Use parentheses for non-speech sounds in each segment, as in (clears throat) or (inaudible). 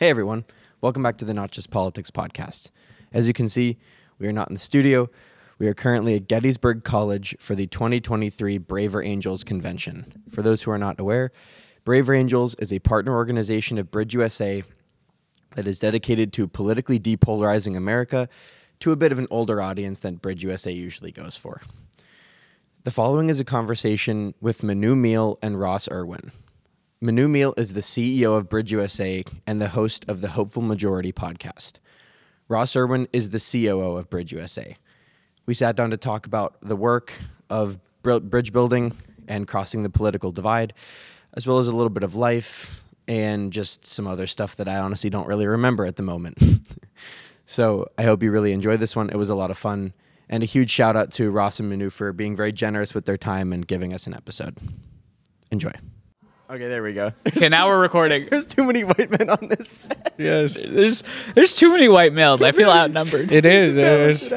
Hey everyone, welcome back to the Not Just Politics podcast. As you can see, we are not in the studio. We are currently at Gettysburg College for the 2023 Braver Angels convention. For those who are not aware, Braver Angels is a partner organization of Bridge USA that is dedicated to politically depolarizing America to a bit of an older audience than Bridge USA usually goes for. The following is a conversation with Manu Meal and Ross Irwin. Manu Meal is the CEO of Bridge USA and the host of the Hopeful Majority podcast. Ross Irwin is the COO of Bridge USA. We sat down to talk about the work of br- bridge building and crossing the political divide, as well as a little bit of life and just some other stuff that I honestly don't really remember at the moment. (laughs) So I hope you really enjoyed this one. It was a lot of fun. And a huge shout out to Ross and Manu for being very generous with their time and giving us an episode. Enjoy. Okay, there we go. (laughs) Okay, now we're recording. There's too many white men on this set. Yes, There's there's too many white males. I feel outnumbered. it is. It is.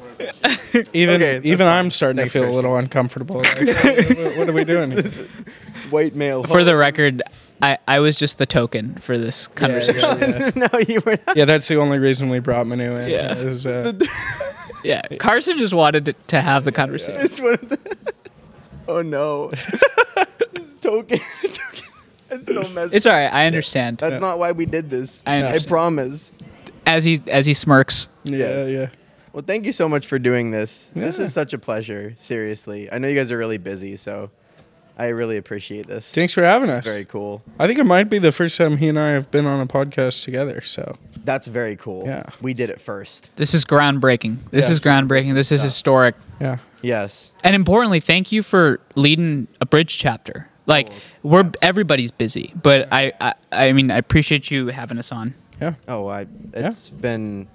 (laughs) Even Okay, that's even I'm starting Next to feel person. a little uncomfortable. Like, what, what are we (laughs) doing? Here? White male. For the record, I, I was just the token for this conversation. Yeah, yeah, yeah. (laughs) no, you were not. Yeah, that's the only reason we brought Manu in. Yeah. (laughs) is, uh, Yeah. Carson just wanted to, to have the conversation. It's one of the. (laughs) Oh (laughs) no. token. (laughs) token. That's so messy. It's all right. I understand. That's not why we did this. I understand. promise. As he as he smirks. (laughs) yeah, Yes. yeah. Well, thank you so much for doing this. This Yeah. is such a pleasure. Seriously, I know you guys are really busy, so I really appreciate this. Thanks for having us. Very cool. I think it might be the first time he and I have been on a podcast together. So That's very cool. Yeah. We did it first. This is groundbreaking. This Yes. is groundbreaking. This is historic. yeah, Yes. And importantly, thank you for leading a bridge chapter. Like we're everybody's busy, but I, I I mean I appreciate you having us on. yeah, Oh, I. It's been.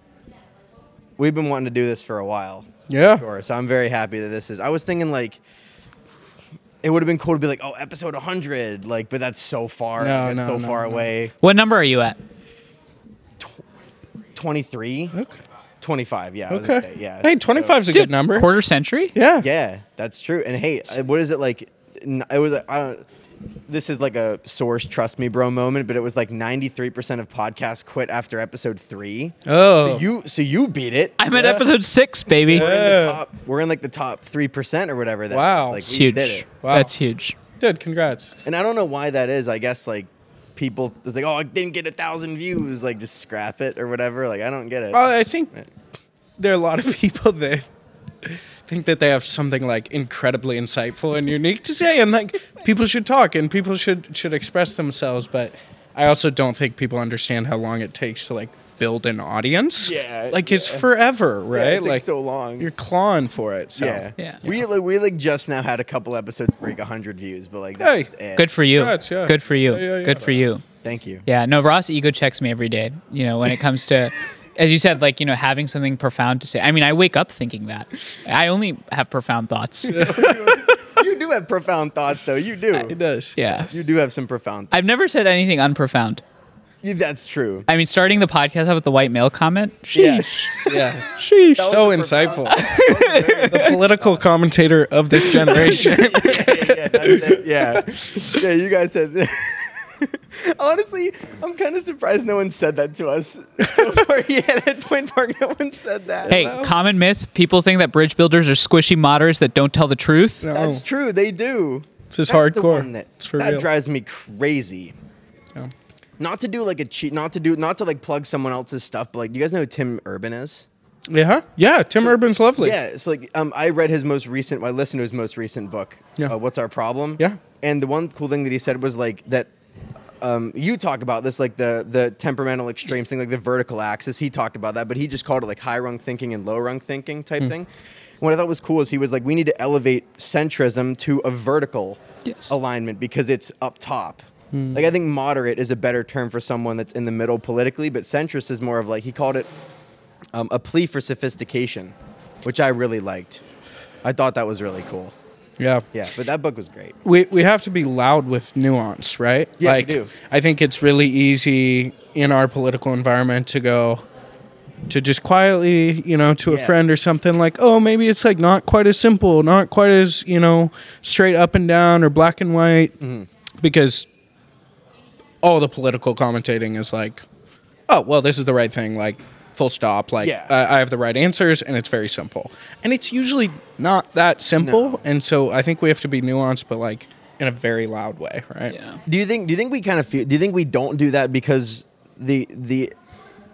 We've been wanting to do this for a while. yeah. Sure. So I'm very happy that this is. I was thinking like. It would have been cool to be like, oh, episode 100, like, but that's so far, No, like, that's no, so no, far no. away. What number are you at? 23, Okay. 25, yeah. I was gonna Okay. say, yeah. Hey, So- 25 is a good number. Quarter century? yeah. (laughs) Yeah, that's true. And hey, I- what is it like? n- It was uh, I don't. This is like a source trust me, bro moment, but it was like ninety three percent of podcasts quit after episode three. Oh. You so you beat it. I'm at Yeah. episode six, baby. We're in, the Yeah. top, we're in like the top three percent or whatever. That Wow. is. It's like, we huge. did it. Wow. That's huge. Dude, congrats. And I don't know why that is. I guess like people it's like oh I didn't get a thousand views, like just scrap it or whatever. Like I don't get it. Well, I think there are a lot of (laughs) people that think that they have something like incredibly insightful and unique to say, and like people should talk and people should should express themselves. But I also don't think people understand how long it takes to like build an audience. Yeah, like it's forever, right? Yeah, it takes like so long. You're clawing for it. So. yeah. Yeah. We like, we like just now had a couple episodes break hundred views, but like Hey. that's it. Good for you. Congrats, yeah. Good for you. Yeah, yeah, yeah. Good for you. Thank you. Yeah. No, Ross ego checks me every day. You know, when it comes to, (laughs) as you said, like you know, having something profound to say. I mean, I wake up thinking that. I only have profound (laughs) thoughts. you do have profound thoughts, though. You do. It does. Yeah. You do have some profound. I've never said anything unprofound. Yeah, that's true. I mean, starting the podcast out with the white male comment. Yeah. Sheesh. (laughs) Yes. Sheesh. So insightful. the political commentator of this generation. (laughs) yeah, that's it. yeah, yeah. You guys said. (laughs) Honestly, I'm kind of surprised no one said that to us. (laughs) So far yet at Point Park, no one said that. Hey, common myth. People think that bridge builders are squishy modders that don't tell the truth. (laughs) No. that's true. They do. It's just That's the Oh. hardcore. one that It's for that real. drives me crazy. Yeah. Not to do like a cheat. Not to do. Not to like plug someone else's stuff. But like, you guys know who Tim Urban is? Yeah. Yeah. Tim Urban's lovely. Yeah, so like um, I read his most recent. I listened to his most recent book. Yeah. Uh, What's our problem? Yeah. And the one cool thing that he said was like that. Um, you talk about this like the the temperamental extremes thing, like the vertical axis. He talked about that, but he just called it like high rung thinking and low rung thinking type thing. What I thought was cool is he was like, we need to elevate centrism to a vertical Yes. alignment because it's up top. Like I think moderate is a better term for someone that's in the middle politically, but centrist is more of like he called it um, a plea for sophistication, which I really liked. I thought that was really cool. Yeah. Yeah, but that book was great. we we have to be loud with nuance, right? Yeah, we like, do. I think it's really easy in our political environment to go to just quietly, you know, to a Yeah. friend or something like, oh, maybe it's like not quite as simple, not quite as you know, straight up and down or black Mm-hmm. and white, because all the political commentating is like oh well this is the right thing like full stop like uh, Yeah. I, I have the right answers and it's very simple and it's usually not that simple and so i think we have to be nuanced but like in a very loud way right Yeah. Do you think? Do you think we kind of feel? Do you think we don't do that because the the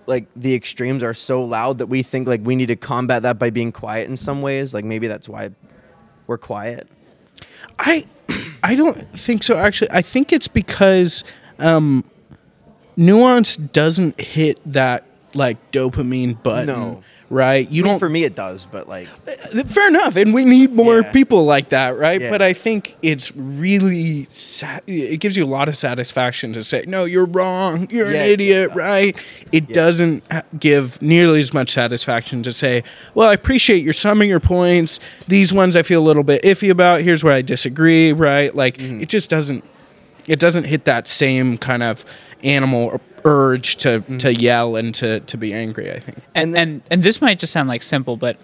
like the extremes are so loud that we think like we need to combat that by being quiet in some ways? Like maybe that's why we're quiet. I I don't think so. Actually, I think it's because um, nuance doesn't hit that like dopamine button. No. Right? You I mean, don't. for me, it does, but like fair enough, and we need more Yeah. people like that, right? Yeah. But I think it's really sa- it gives you a lot of satisfaction to say, "No, you're wrong. You're Yeah. an idiot." Right? It doesn't ha- give nearly as much satisfaction to say, "Well, I appreciate your summing your points. These ones I feel a little bit iffy about. Here's where I disagree." Right? Like Mm-hmm. it just doesn't it doesn't hit that same kind of animal urge to to Mm-hmm. yell and to to be angry. I think. and and and this might just sound like simple, but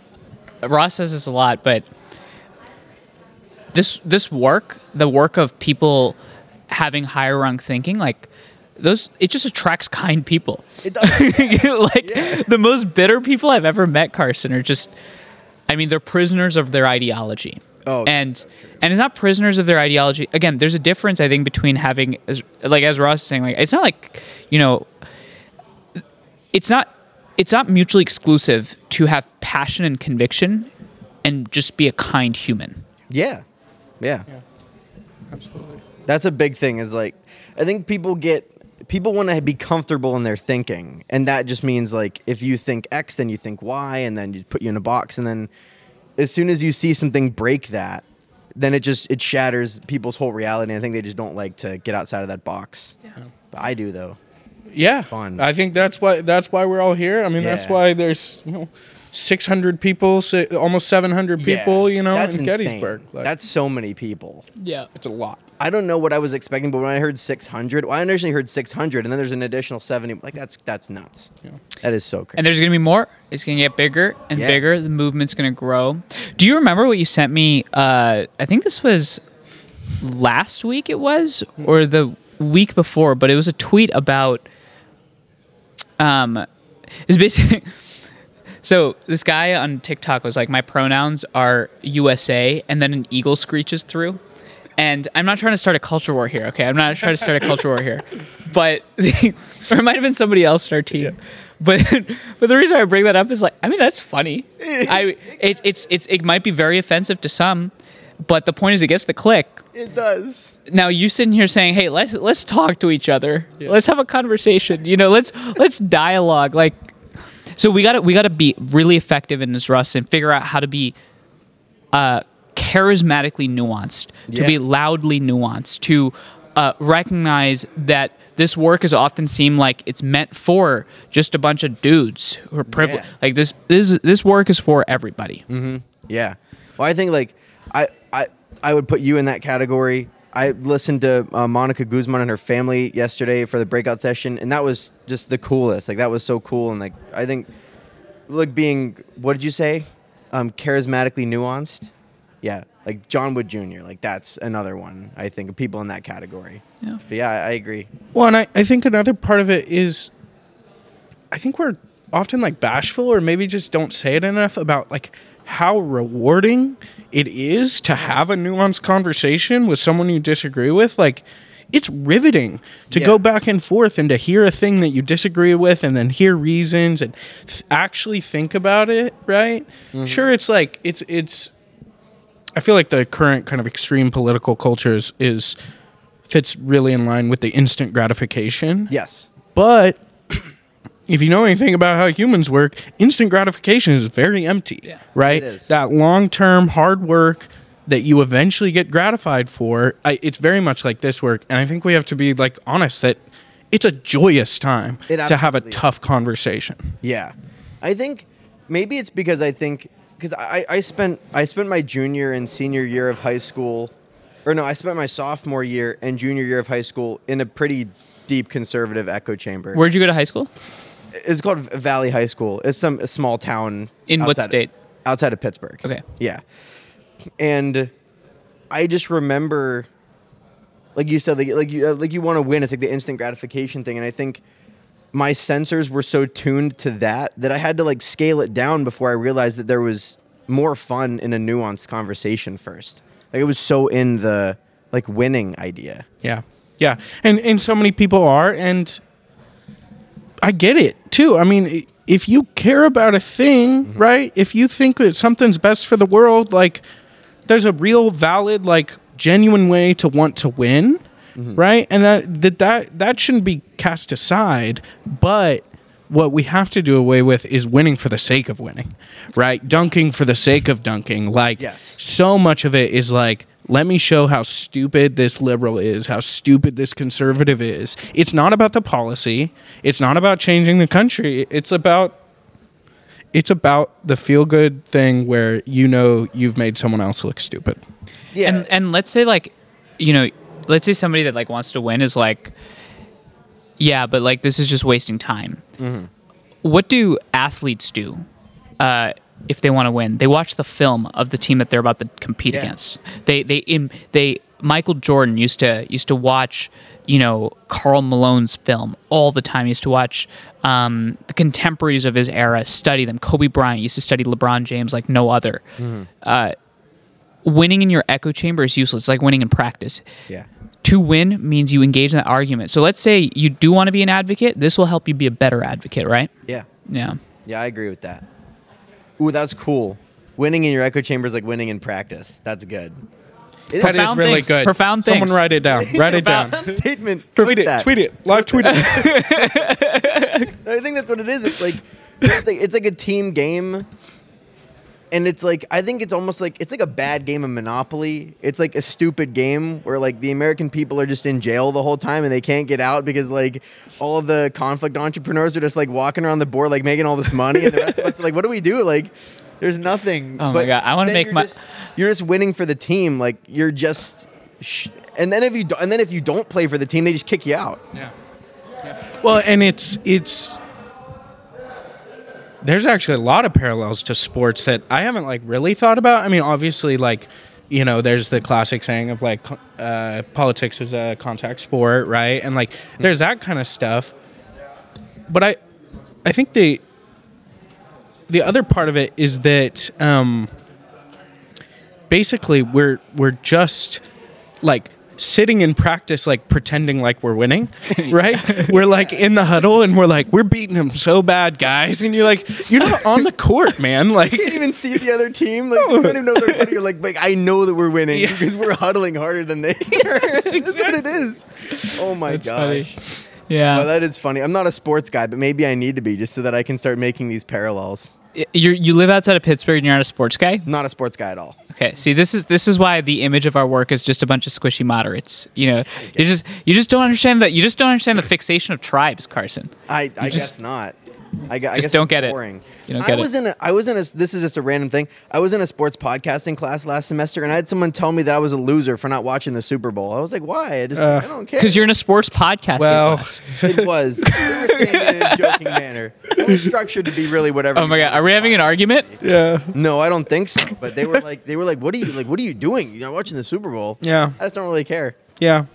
Ross says this a lot, but this this work, the work of people having higher rung thinking, like those, it just attracts (laughs) kind people. it does. (laughs) like the most bitter people I've ever met, Carson, are just I mean, they're prisoners of their ideology. Oh, that's and so and it's not prisoners of their ideology. Again, there's a difference I think between having as- like as Ross is saying, like it's not like, you know, it's not it's not mutually exclusive to have passion and conviction and just be a kind human. yeah, yeah. Absolutely. That's a big thing. Is like, I think people get people want to be comfortable in their thinking, and that just means like if you think X, then you think Y, and then you put you in a box, and then as soon as you see something break that, then it just it shatters people's whole reality. And I think they just don't like to get outside of that box. Yeah. But I do though. Yeah, Fun. I think that's why that's why we're all here. I mean, that's Yeah. why there's you know, six hundred people, si almost seven hundred people. You know, That's in insane. Gettysburg. Like, That's so many people. Yeah. it's a lot. I don't know what I was expecting, but when I heard 600, well, I initially heard 600, and then there's an additional 70. Like that's that's nuts. That is so crazy. And there's going to be more. It's going to get bigger and Yeah. bigger. The movement's going to grow. Do you remember what you sent me? Uh, I think this was last week, it was, or the week before, but it was a tweet about. Um, it's basically. So this guy on TikTok was like, "My pronouns are USA," and then an eagle screeches through. And I'm not trying to start a culture war here, okay? I'm not trying to start a culture war here, but (laughs) or it might have been somebody else in our team. But (laughs) but the reason I bring that up is like, I mean, that's funny. I it, it's it's it might be very offensive to some, but the point is, it gets the click it does. now you sitting here saying, "Hey, let's let's talk to each other. Let's have a conversation. You know, let's let's dialogue." Like, so we got to we got to be really effective in this rust and figure out how to be uh, charismatically nuanced, to Yeah. be loudly nuanced, to uh, recognize that this work is often seem like it's meant for just a bunch of dudes who are privileged. Yeah. Mm-hmm. Like this this this work is for everybody. Yeah. Well, I think like I I I would put you in that category. I listened to uh, Monica Guzman and her family yesterday for the breakout session, and that was just the coolest. Like that was so cool, and like I think like being what did you say? Um, charismatically nuanced. Yeah, like John Wood Jr. Like that's another one. I think people in that category. Yeah. But yeah, I, I agree. Well, and I, I think another part of it is, I think we're often like bashful or maybe just don't say it enough about like how rewarding it is to have a nuanced conversation with someone you disagree with. Like, it's riveting to Yeah. go back and forth and to hear a thing that you disagree with and then hear reasons and th- actually think about it, right? Sure, it's like, it's, it's, I feel like the current kind of extreme political culture is, is fits really in line with the instant gratification. Yes. But (clears throat) if you know anything about how humans work, instant gratification is very empty, It right? is. That long term hard work that you eventually get gratified for, I, it's very much like this work. And I think we have to be like honest that it's a joyous time It to have a absolutely is. tough conversation. Yeah, I think maybe it's because I think because I, I spent I spent my junior and senior year of high school, or no, I spent my sophomore year and junior year of high school in a pretty deep conservative echo chamber. Where'd you go to high school? it's called Valley High School. It's some a small town In what outside- state? outside of Pittsburgh. Okay. Yeah, and I just remember uh, like you said, like like you like you want to win. It's like the instant gratification thing, and I think my sensors were so tuned to that that I had to like scale it down before I realized that there was more fun in a nuanced conversation first. Like it was so in the like winning idea. Yeah. Yeah. And and so many people are and I get it too. I mean, i- if you care about a thing, right? If you think that something's best for the world, like there's a real valid like genuine way to want to win, right? And that, that that that shouldn't be cast aside, but what we have to do away with is winning for the sake of winning, right? Dunking for the sake of dunking. Like Yes. so much of it is like let me show how stupid this liberal is how stupid this conservative is it's not about the policy it's not about changing the country it's about it's about the feel good thing where you know you've made someone else look stupid Yeah. and and let's say like you know let's say somebody that like wants to win is like yeah but like this is just wasting time what do athletes do uh, if they want to win they watch the film of the team that they're about to compete against they they im they michael jordan used to used to watch you know carl malone's film all the time he used to watch um, the contemporaries of his era study them kobe bryant used to study lebron james like no other uh, winning in your echo chamber is useless. It's like winning in practice. yeah. To win means you engage in that argument. So let's say you do want to be an advocate. This will help you be a better advocate, right? Yeah. Yeah. Yeah, I agree with that. Ooh, that's cool. Winning in your echo chamber is like winning in practice. That's good. It that is Profound really things. good Profound someone things. write it down write it down Profound (laughs) statement. tweet it that. tweet it live tweet it I think that's what it is. It's like it's like, it's like a team game, and it's like I think it's almost like it's like a bad game of Monopoly. It's like a stupid game where like the American people are just in jail the whole time and they can't get out because like all of the conflict entrepreneurs are just like walking around the board like making all this money, and the rest of us are like, what do we do? Like, there's nothing. Oh my God, I wanna then make you're my- just- you're just winning for the team. Like you're just. Sh- and then if you do- and then if you don't play for the team, they just kick you out. Well, and it's it's there's actually a lot of parallels to sports that I haven't like really thought about. I mean, obviously, like you know, there's the classic saying of like co- uh, politics is a contact sport, right? And like there's that kind of stuff. But I, I think the the other part of it is that um, basically we're we're just like sitting in practice like pretending like we're (laughs) winning right we're like in the huddle and we're like we're beating him so bad guys and you're like you're not on the court man (laughs) like can't even see the other team. Like, you don't even know they're winning. You're like, like I know that we're winning because we're huddling harder than (laughs) they are. (laughs) That's what it is. Oh my funny. gosh. Yeah. Oh, that is funny. I'm not a sports guy, but maybe I need to be just so that I can start making these parallels. you you live outside of Pittsburgh and you're not a sports guy. Not a sports guy at all. Okay. See, this is this is why the image of our work is just a bunch of squishy moderates. You know, you just you just don't understand that you just don't understand the fixation of tribes, Carson. I, I just- guess not. I, gu- I just guess don't it's get it. boring. You don't I get it. was in a, I was in a this is just a random thing. I was in a sports podcasting class last semester and I had someone tell me that I was a loser for not watching the Super Bowl. I was like, why? I just Uh, I don't care. Because you're in a sports podcasting Well- class. It (laughs) was. We were saying it in a joking manner. It was structured to be really whatever. Oh my you- god, are we having an argument? yeah No, I don't think so. But they were like, they were like, what are you like? What are you doing? You're not watching the Super Bowl. Yeah. I just don't really care. (laughs) yeah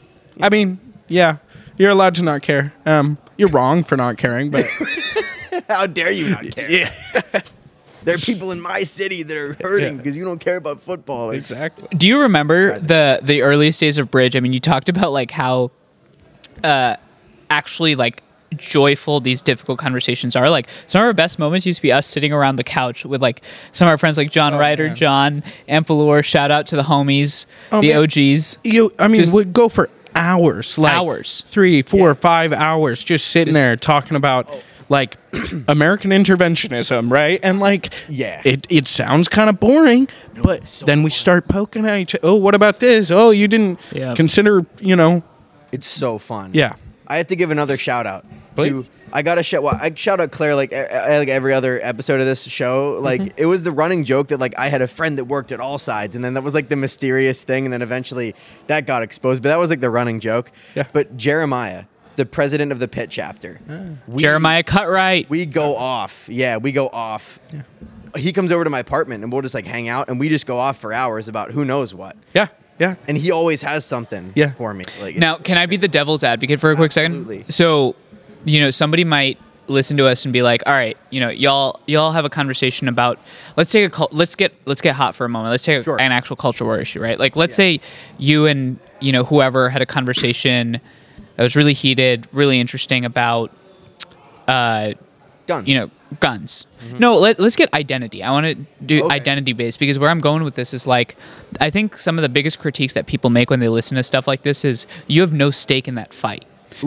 i mean yeah you're allowed to not care um you're wrong for not caring but How dare you not care? (laughs) yeah There are people in my city that are hurting Yeah. because you don't care about football. Like, (laughs) exactly Do you remember the the earliest days of Bridge? I mean, you talked about like how uh, actually like joyful these difficult conversations are. Like some of our best moments used to be us sitting around the couch with like some of our friends like John Ryder, Oh, man. John Ampelor. Shout out to the homies, Oh, the man. OGs. you i mean Just- would go for hours like Hours. three four five hours just sitting Just- Oh. there talking about like american interventionism right and like Yeah. it, it sounds kind of boring but then we start poking at each oh what about this oh you didn't Yeah. consider you know It's so fun. Yeah. I have to give another shout out. To, Please. I got to shout. Well, I shout out Claire like e- e- like every other episode of this show. Mm-hmm. Like it was the running joke that like I had a friend that worked at all sides, and then that was like the mysterious thing, and then eventually that got exposed. But that was like the running joke. Yeah. But Jeremiah, the president of the Pit chapter, we- Jeremiah Cutright. we go off. Yeah, we go off. He comes over to my apartment, and we'll just like hang out, and we just go off for hours about who knows what. yeah yeah And he always has something Yeah. for me. Like Now, can I be the devil's advocate for a quick Absolutely. second? So, you know, somebody might listen to us and be like, "All right, you know, y'all y'all have a conversation about let's take a cul- let's get let's get hot for a moment. Let's take Sure. an actual culture war issue, right? Like let's say you and, you know, whoever had a conversation that was really heated, really interesting about uh, Guns. you know, guns. No, let, let's get identity. I want to do Okay. identity based because where I'm going with this is like, I think some of the biggest critiques that people make when they listen to stuff like this is you have no stake in that fight.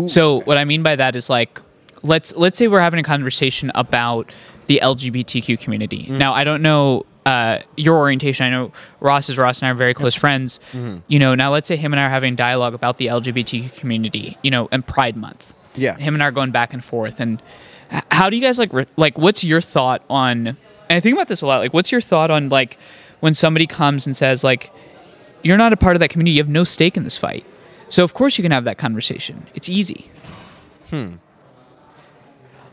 so what I mean by that is like, let's let's say we're having a conversation about the LGBTQ community. Now I don't know. Uh, your orientation. I know Ross is Ross and I are very close friends. You know, now let's say him and I are having dialogue about the LGBTQ community, you know, and Pride Month Yeah. him and I are going back and forth. And h- how do you guys like re- like what's your thought on? And I think about this a lot. Like, what's your thought on like when somebody comes and says like, "You're not a part of that community. You have no stake in this fight." So of course you can have that conversation. It's easy. Hmm.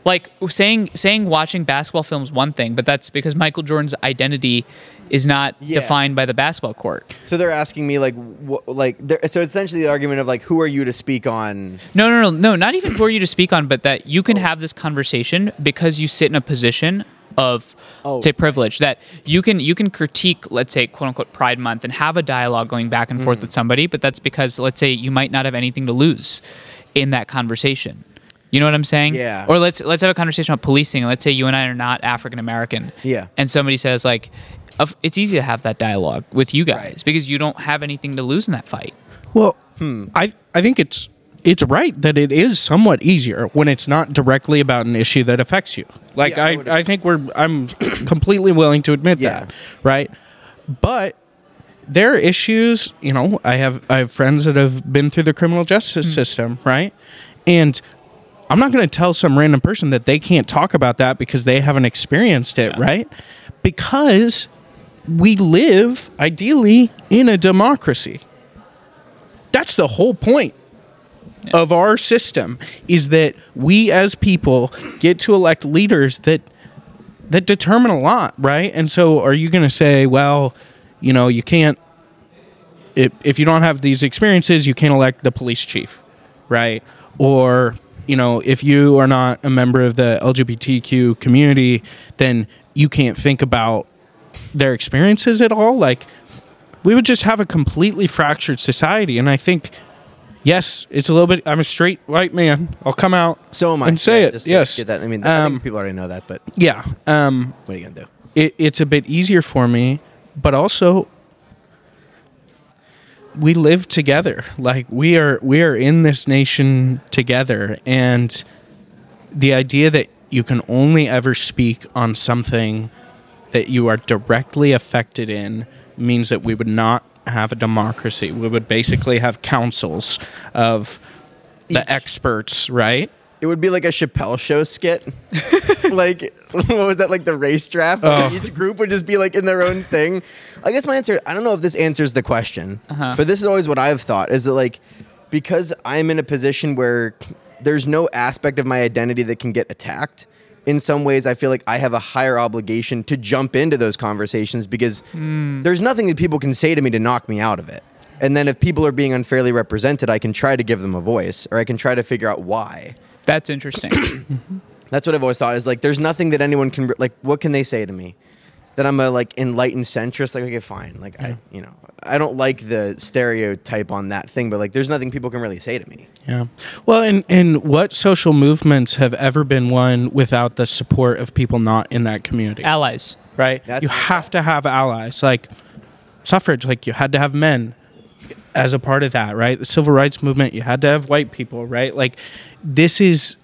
Like saying saying watching basketball films one thing, but that's because Michael Jordan's identity is not Yeah. defined by the basketball court. So they're asking me like, wh- like, they're- so essentially the argument of like, who are you to speak on? No, no, no, no. Not even for you to speak on, but that Oh. you can have this conversation because you sit in a position of Oh, say privilege that you can you can critique let's say quote unquote pride month and have a dialogue going back and Mm. forth with somebody but that's because let's say you might not have anything to lose in that conversation you know what i'm saying Yeah. or let's let's have a conversation about policing and let's say you and i are not african american Yeah. and somebody says like of- it's easy to have that dialogue with you guys because you don't have anything to lose in that fight Well, Hmm. I I think it's it's right that it is somewhat easier when it's not directly about an issue that affects you. Like Yeah, I I, would I, think we're I'm completely willing to admit Yeah. that, right? But there are issues, you know, I have I have friends that have been through the criminal justice system, right? And I'm not going to tell some random person that they can't talk about that because they haven't experienced it, right? Because we live ideally in a democracy. That's the whole point of our system is that we as people get to elect leaders that that determine a lot, right? And so are you going to say, well, you know, you can't if, if you don't have these experiences, you can't elect the police chief, right? Or, you know, if you are not a member of the LGBTQ community, then you can't think about their experiences at all. Like, we would just have a completely fractured society. And I think, yes, it's a little bit. I'm a straight white man. I'll come out. So am I. And say Yeah, it. just to yes. Get that. I mean, I Um, think people already know that, but yeah. Um, what are you gonna do? it, it's a bit easier for me, but also we live together. Like we are we are in this nation together and the idea that you can only ever speak on something that you are directly affected in means that we would not have a democracy. We would basically have councils of the experts, right? It would be like a Chappelle show skit. like, what was that? Like the race draft? Like, Oh. Each group would just be like in their own thing. I guess my answer, I don't know if this answers the question, but this is always what I've thought is that, like, because I'm in a position where there's no aspect of my identity that can get attacked, in some ways, I feel like I have a higher obligation to jump into those conversations because there's nothing that people can say to me to knock me out of it. And then if people are being unfairly represented, I can try to give them a voice or I can try to figure out why. (clears throat) that's interesting That's what I've always thought is like there's nothing that anyone can like what can they say to me? That I'm a like enlightened centrist, like okay, fine. Like I you know, I don't like the stereotype on that thing, but like there's nothing people can really say to me. Yeah. Well, and and what social movements have ever been won without the support of people not in that community? allies right? That's you right. have to have allies. Like suffrage, like you had to have men as a part of that, right? The civil rights movement, you had to have white people, right? Like this is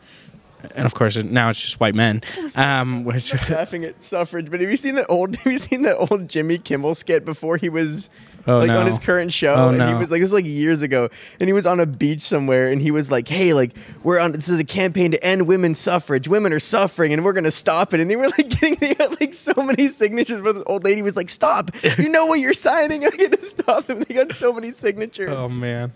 and of course now it's just white men. Um which (laughs) (laughs) Laughing at suffrage, but have you seen the old (laughs) have you seen the old Jimmy Kimmel skit before he was Oh, like on no. his current show? Oh, and he no. was like this was like years ago. And he was on a beach somewhere and he was like, Hey, like we're on this is a campaign to end women's suffrage. Women are suffering and we're gonna stop it. And they were like (laughs) getting they had, like so many signatures but this old lady was like, Stop. You know what you're signing? (laughs) I get to stop them. They got so many signatures. Oh man.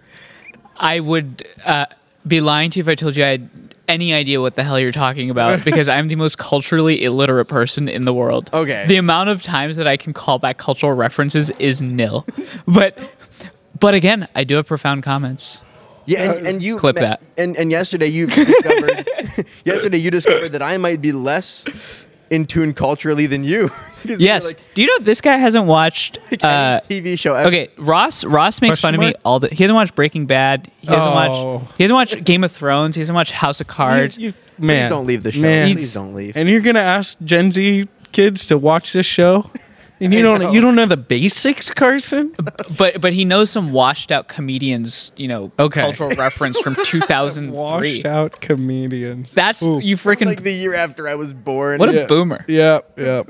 I would uh, be lying to you if I told you I had any idea what the hell you're talking (laughs) about because I'm the most culturally illiterate person in the world. Okay. The amount of times that I can call back (laughs) cultural references is nil. but but again, I do have profound comments. Yeah, and, and you Uh, Clip ma- that. And and yesterday you (laughs) discovered yesterday you discovered that I might be less in tune culturally than you. (laughs) 'Cause you're Yes. like, Do you know this guy hasn't watched? (laughs) like, Uh, any TV show. ever. okay, Ross. Ross makes Question fun of mark? me all the. He hasn't watched Breaking Bad. He hasn't Oh. watched. He hasn't watched Game of Thrones. He hasn't watched House of Cards. You- you- man, don't leave the show. man. Please don't leave. And you're gonna ask Gen Z kids to watch this show, and you I don't know. you don't know the basics, Carson. but but he knows some washed out comedians. You know, Okay. cultural reference (laughs) from 2003. Washed out comedians. That's Ooh. you freaking. Like the year after I was born. What a- boomer. Yeah, (laughs) yeah.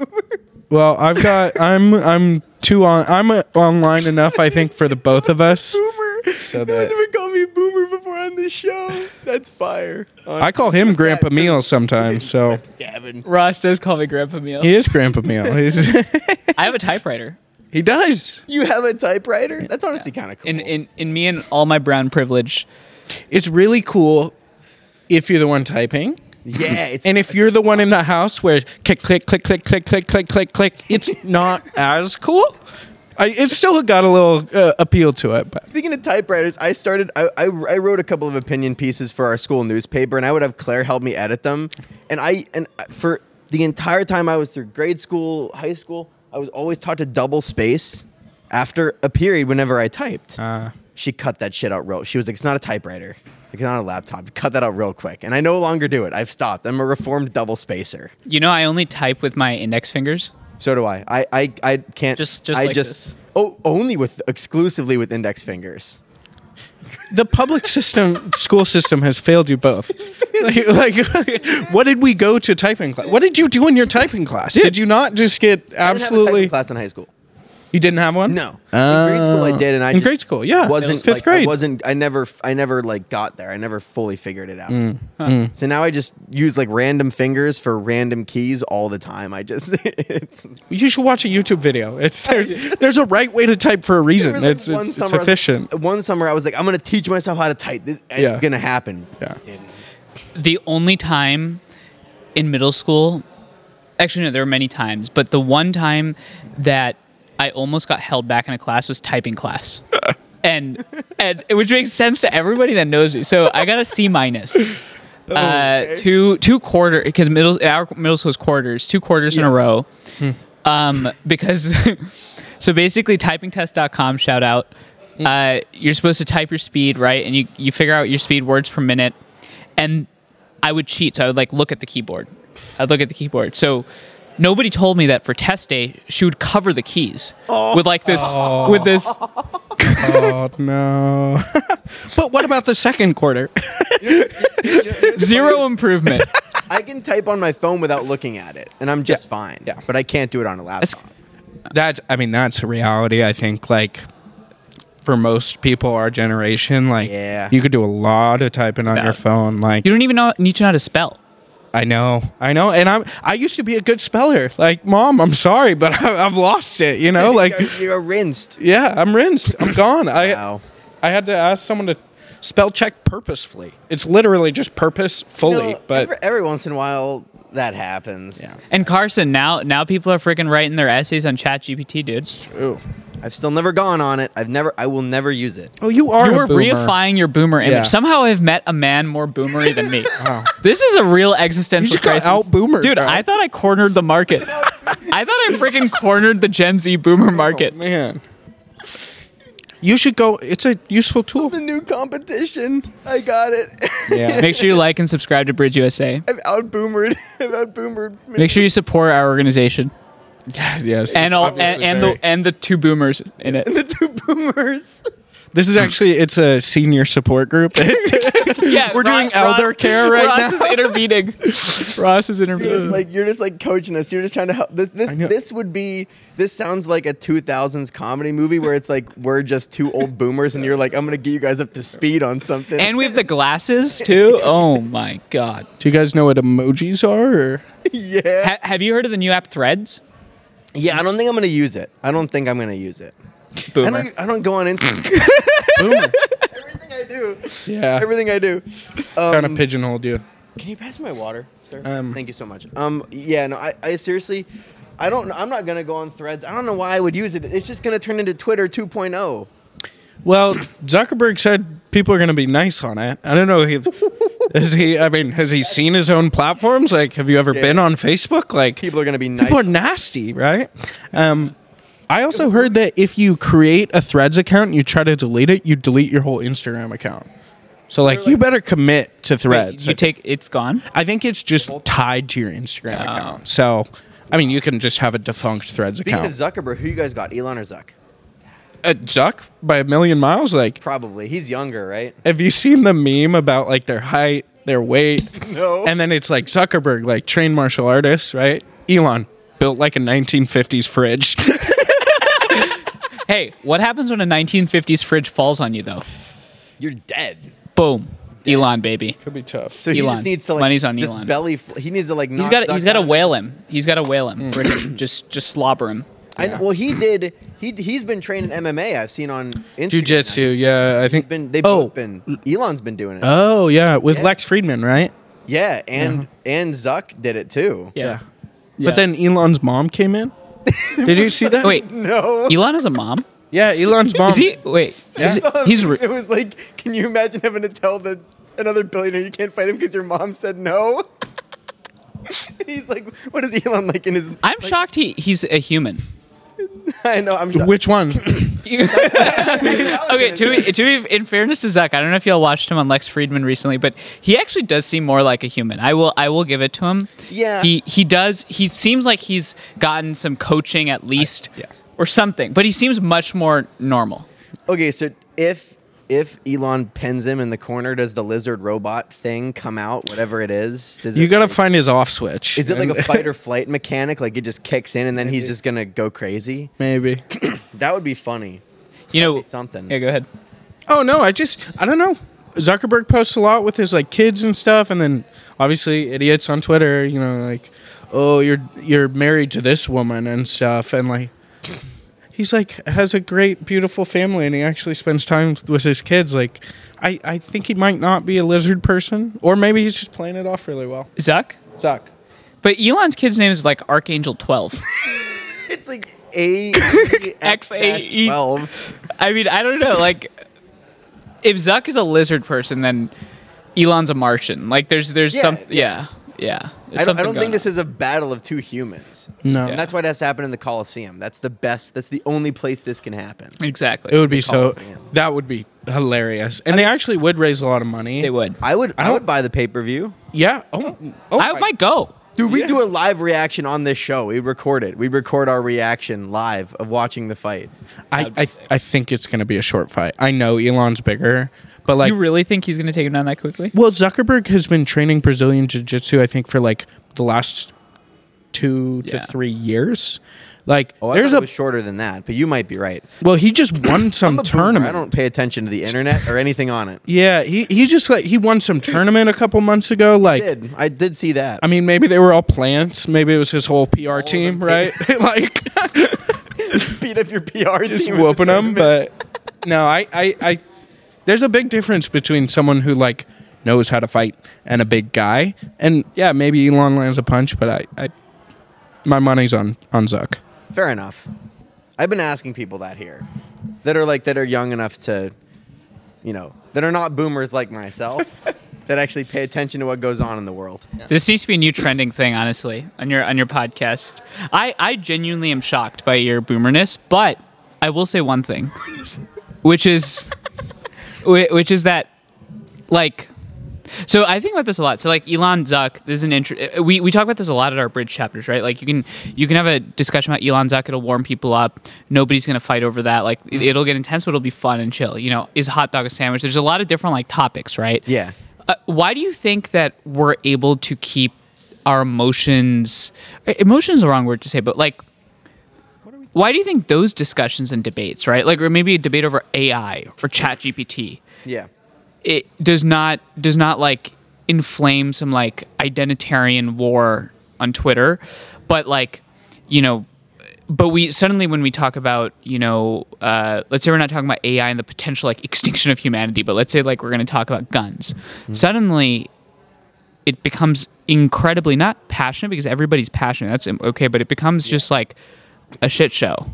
well, I've got. I'm I'm too on. I'm uh online enough, I think, for the both of (laughs) us. boomer. So no that- one's ever called me boomer before on this show. That's fire. I call him Grandpa Meal sometimes, so Gavin. Ross does call me Grandpa Meal. he is Grandpa Meal. He's, (laughs) I have a typewriter. he does. You have a typewriter? That's honestly kind of cool. In in in me and all my brown privilege. It's really cool if you're the one typing. yeah, it's And if you're the one in the house where click, click, click, click, click, click, click, click, click, it's not as cool. I, it's still got a little uh, appeal to it, but Speaking of typewriters, I started. I, I, I wrote a couple of opinion pieces for our school newspaper, and I would have Claire help me edit them. And I and I- for the entire time I was through grade school, high school, I was always taught to double space after a period whenever I typed. uh, she cut that shit out real. She was like, "It's not a typewriter. Like, It's not a laptop. Cut that out real quick." And I no longer do it. I've stopped. I'm a reformed double spacer. You know, I only type with my index fingers. So do I. I I, I can't Just- just I like this. oh only with exclusively with index fingers. the public system, school system has failed you both. Like, like, what did we go to typing class? What did you do in your typing class? Did you not just I get didn't have a typing absolutely? class in high school. You didn't have one? No, in grade school I Oh. did, and I in just grade school, yeah, wasn't fifth like, grade. I wasn't. I never. I never like got there. I never fully figured it out. Mm. So now I just use like random fingers for random keys all the time. I just (laughs) it's, You should watch a YouTube video. It's there's, there's a right way to type for a there reason. was, like, it's it's, it's (laughs) efficient. One summer I was like, I'm gonna teach myself how to type. This it's Yeah. gonna happen. Yeah. the only time in middle school actually no there were many times but the one time that i almost got held back in a class was typing class and and which makes sense to everybody that knows me so i got a c minus uh, two two quarter because middle our middle school is quarters two quarters in a row um because (laughs) so basically typingtest.com shout out uh, you're supposed to type your speed right and you you figure out your speed words per minute and I would cheat. So I would like look at the keyboard. I'd look at the keyboard. So nobody told me that for test day she would cover the keys with like this with this. Oh no! (laughs) but what about the second quarter? Zero (laughs) improvement. I can type on my phone without looking at it, and I'm just Yeah. fine. Yeah. But I can't do it on a That's, laptop. that's I mean that's a reality. I think like for most people our generation, like Yeah. you could do a lot of typing on No. your phone. Like you don't even know, need to know how to spell. I know, I know, and I'm I used to be a good speller. Like mom, I'm sorry, but (laughs) I, I've lost it. You know, oh, like you're, you're rinsed. yeah, I'm rinsed. I'm gone. I Wow. I had to ask someone to spell check purposefully. It's literally just purpose You fully, know, but. every, every once in a while that happens. Yeah. And Carson, now now people are freaking writing their essays on ChatGPT, dude. Ooh. I've still never gone on it. I've never. I will never use it. Oh, you are. You a were boomer. reifying your boomer image. Yeah. Somehow I've met a man more boomery than (laughs) me. This is a real existential You just got crisis. out-boomered, dude. bro. I thought I cornered the market. (laughs) I thought I freaking cornered the Gen Z boomer market. Oh, man. You should go. It's a useful tool. The new competition. I got it. (laughs) (laughs) Yeah. Make sure you like and subscribe to Bridge USA. I've out boomered. (laughs) I've out boomered. Make sure you support our organization (laughs) yes. and all and, and the and the two boomers in it. the two boomers. (laughs) This is actually it's a senior support (laughs) group. (laughs) Yeah, We're doing elder care right Ross now. is intervening. (laughs) Ross is You're just intervening. like you're just like coaching us. You're just trying to help. This this know. this would be. This sounds like a 2000s comedy movie where it's like we're just two old boomers, and you're like, I'm gonna get you guys up to speed on something. And we have the glasses too. Oh my god! Do you guys know what emojis are? Or? (laughs) yeah. Ha- have you heard of the new app Threads? Yeah. I don't think I'm gonna use it. I don't think I'm gonna use it. I Boomer. don't. I don't go on Instagram. (laughs) Boomer. Everything I do. Yeah. Everything I um, do. kind of pigeonholed you. Can you pass me my water, sir? Um, Thank you so much. Um, yeah, no, I, I seriously, I oh. don't, I'm not gonna go on Threads. I don't know why I would use it. It's just gonna turn into Twitter 2.0. Well, Zuckerberg said people are going to be nice on it. I don't know. If, has he? I mean, has he seen his own platforms? Like, have you ever been on Facebook? Like, People are going to be nice. people are nasty, right? Um, I also heard that if you create a Threads account and you try to delete it, you delete your whole Instagram account. So like, you better commit to Threads. you take it's gone. I think it's just tied to your Instagram account. So, I mean, you can just have a defunct Threads Speaking of account. Zuckerberg, who you guys got, Elon or Zuck? Uh, Zuck by a million miles. Like, Probably. He's younger, right? have you seen the meme about like their height, their weight, (laughs) No. and then it's like Zuckerberg, like trained martial artist, right? Elon built like a 1950s fridge. (laughs) Hey, what happens when a 1950s fridge falls on you though? You're dead. Boom, Elon baby. Could be tough. So he Elon. just needs to like Money's on just Elon. belly. Fl- he needs to like. He's got he's got to whale him. He's got to whale him. Frick, just just slobber him. I know, well, he did. He he's been training MMA. I've seen on Instagram. Jiu-jitsu, yeah, I think. Been they've oh, both been. Elon's been doing Uh. it. oh, yeah, with Yeah. Lex Friedman, right? yeah, and and Zuck did it too. Uh-huh. Yeah. Yeah. But then Elon's mom came in. Did you (laughs) see that? (laughs) wait, No. Elon has a mom. yeah, Elon's mom. Um, Is he? Wait, is I (laughs) saw he- he's him, re- It was like, can you imagine having to tell the another billionaire you can't fight him because your mom said no? (laughs) and he's like, what is Elon like in his? I'm shocked he he's a human. (laughs) (laughs) I know. I'm. shocked. Which one? okay, to be, to be in fairness to Zuck, I don't know if y'all watched him on Lex Friedman recently, but he actually does seem more like a human. I will I will give it to him. Yeah. he he does. He seems like he's gotten some coaching at least, yeah. or something. But he seems much more normal. Okay, so if if Elon pins him in the corner, does the lizard robot thing come out? Whatever it is, does You it, gotta find his off switch. Is it like a fight or flight mechanic? Like it just kicks in and then he's just gonna go crazy? (laughs) Maybe. That would be funny. You know something. Yeah, go ahead. Oh no, I just I don't know. Zuckerberg posts a lot with his like kids and stuff, and then obviously idiots on Twitter. You know, like, oh, you're you're married to this woman and stuff, and like, he's like has a great, beautiful family, and he actually spends time with his kids. Like, I I think he might not be a lizard person, or maybe he's just playing it off really well. Zuck, Zuck. but Elon's kid's name is like Archangel Twelve. It's like A E X A E XAE. twelve. I mean, I don't know. Like, if Zuck is a lizard person, then Elon's a Martian. Like, there's there's Yeah, some yeah yeah. There's I don't, I something don't going think this is a battle of two humans. No, And that's why it has to happen in the Coliseum. That's the best. That's the only place this can happen. on. exactly. it would be so. Coliseum. That would be hilarious, and they actually would raise a lot of money. They would. I would. I, don't- would buy the pay per view. Yeah. Oh. oh I my- might go. Dude, we do a live reaction on this show. We record it. We record our reaction live of watching the fight. I, I, I think it's going to be a short fight. I know Elon's bigger, but like, you really think he's going to take him down that quickly? well, Zuckerberg has been training Brazilian Jiu Jitsu, I think, for like the last two Yeah. to three years. Like, Oh, I there's There's a, it was shorter than that, but you might be right. well, he just won some tournament. I don't pay attention to the internet or anything on it. yeah, he, he just like, he won some tournament a couple months ago. I (laughs) Like, did. I did see that. I mean, maybe they were all plants. Maybe it was his whole PR team, right? (laughs) like, (laughs) beat up your PR just team. whooping them. But no, I, I, I, there's a big difference between someone who like knows how to fight and a big guy. And yeah, maybe Elon lands a punch, but I, I my money's on on Zuck. Fair enough. I've been asking people that here, that are like that are young enough to, you know, that are not boomers like (laughs) myself, that actually pay attention to what goes on in the world. This needs to be a new trending thing, honestly, on your on your podcast. I I genuinely am shocked by your boomerness, but I will say one thing, which is, whi- which is that, like, so I think about this a lot. So like Elon Zuck, this is an intro. We we talk about this a lot at our bridge chapters, right? Like you can you can have a discussion about Elon Zuck. It'll warm people up. Nobody's gonna fight over that. Like it- it'll get intense, but it'll be fun and chill. You know, is a hot dog a sandwich? There's a lot of different like topics, right? Yeah. Uh, why do you think that we're able to keep our emotions? Emotion is the wrong word to say, but like, why do you think those discussions and debates, right? Like, or maybe a debate over AI or ChatGPT, Yeah. it does not does not like inflame some like identitarian war on Twitter, but like, you know. But we suddenly, when we talk about, you know, uh, let's say we're not talking about AI and the potential like extinction of humanity, but let's say like we're going to talk about guns. Suddenly, it becomes incredibly not passionate because everybody's passionate. That's im- okay, but it becomes just like a shit show.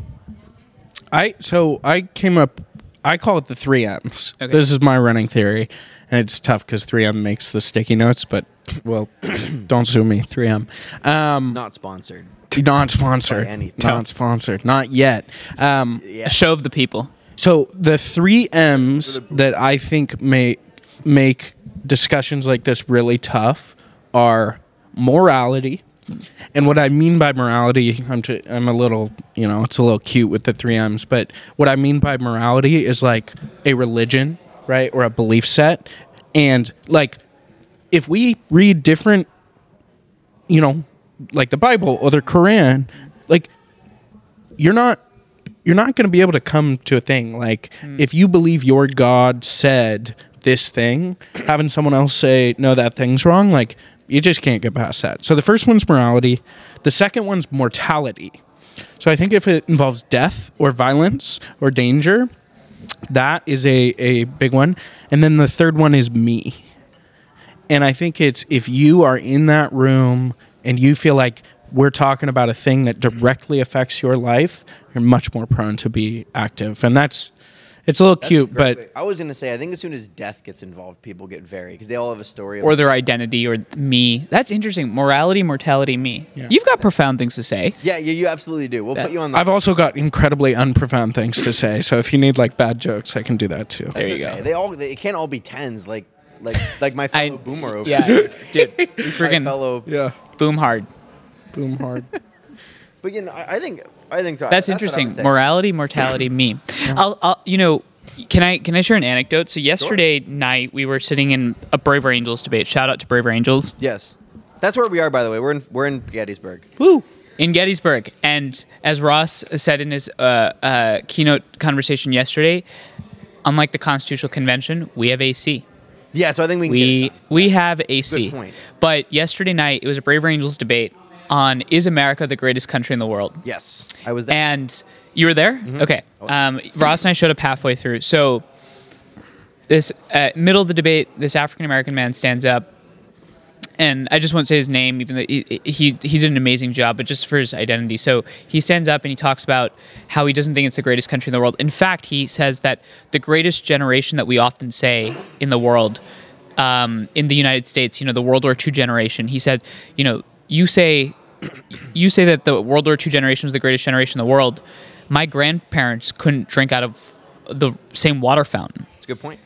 I so I came up. I call it the three M's. Okay. This is my running theory, and it's tough because three M makes the sticky notes. But well, (clears throat) don't sue me. Three M. (laughs) Um, Not sponsored. not sponsored. By any- not sponsored. Not yet. Um, A show of the people. so the three M's that I think may make discussions like this really tough are morality. And what I mean by morality, I'm t- I'm a little, you know, it's a little cute with the three M's, but what I mean by morality is like a religion, right, or a belief set, and like if we read different, you know, like the Bible or the Quran, like you're not you're not going to be able to come to a thing like if you believe your god said this thing having someone else say no that thing's wrong like you just can't get past that so the first one's morality the second one's mortality so i think if it involves death or violence or danger that is a, a big one and then the third one is me and I think it's if you are in that room and you feel like we're talking about a thing that directly affects your life, you're much more prone to be active. And that's it's a little cute, but I was gonna say, I think as soon as death gets involved, people get very because they all have a story. Or their identity or me. That's interesting. Morality, mortality, me. You've got profound things to say. yeah, yeah, you absolutely do. We'll put you on the. (laughs) I've also got incredibly unprofound things to say. So if you need like bad jokes, I can do that too. There you Okay, go. They all they, it can't all be tens like like like my I fellow boomer over Yeah, here. (laughs) dude. You My freaking fellow. Yeah. boom hard. Boom hard. But you know, I, I think I think so. That's, what I would interesting. say. Morality, mortality, me. I'll, I'll, you know, can I can I share an anecdote? So yesterday night we were sitting in a Braver Angels debate. Shout out to Braver Angels Yes, that's where we are. By the way, we're in we're in Gettysburg. Woo. in Gettysburg, and as Ross said in his uh, uh, keynote conversation yesterday, unlike the Constitutional Convention, we have AC. Yeah, so I think we can get We it done. we have AC. Good point. But yesterday night it was a Braver Angels debate on is America the greatest country in the world? Yes, I was there. And you were there? Okay. Um, Ross and I showed up halfway through. So, this uh, middle of the debate, this African American man stands up, and I just won't say his name, even though he, he he did an amazing job, but just for his identity. So he stands up and he talks about how he doesn't think it's the greatest country in the world. In fact, he says that the greatest generation that we often say in the world, um, in the United States, you know, the World War II generation. He said, you know, you say you say that the World War II generation was the greatest generation in the world. My grandparents couldn't drink out of the same water fountain. That's a good point.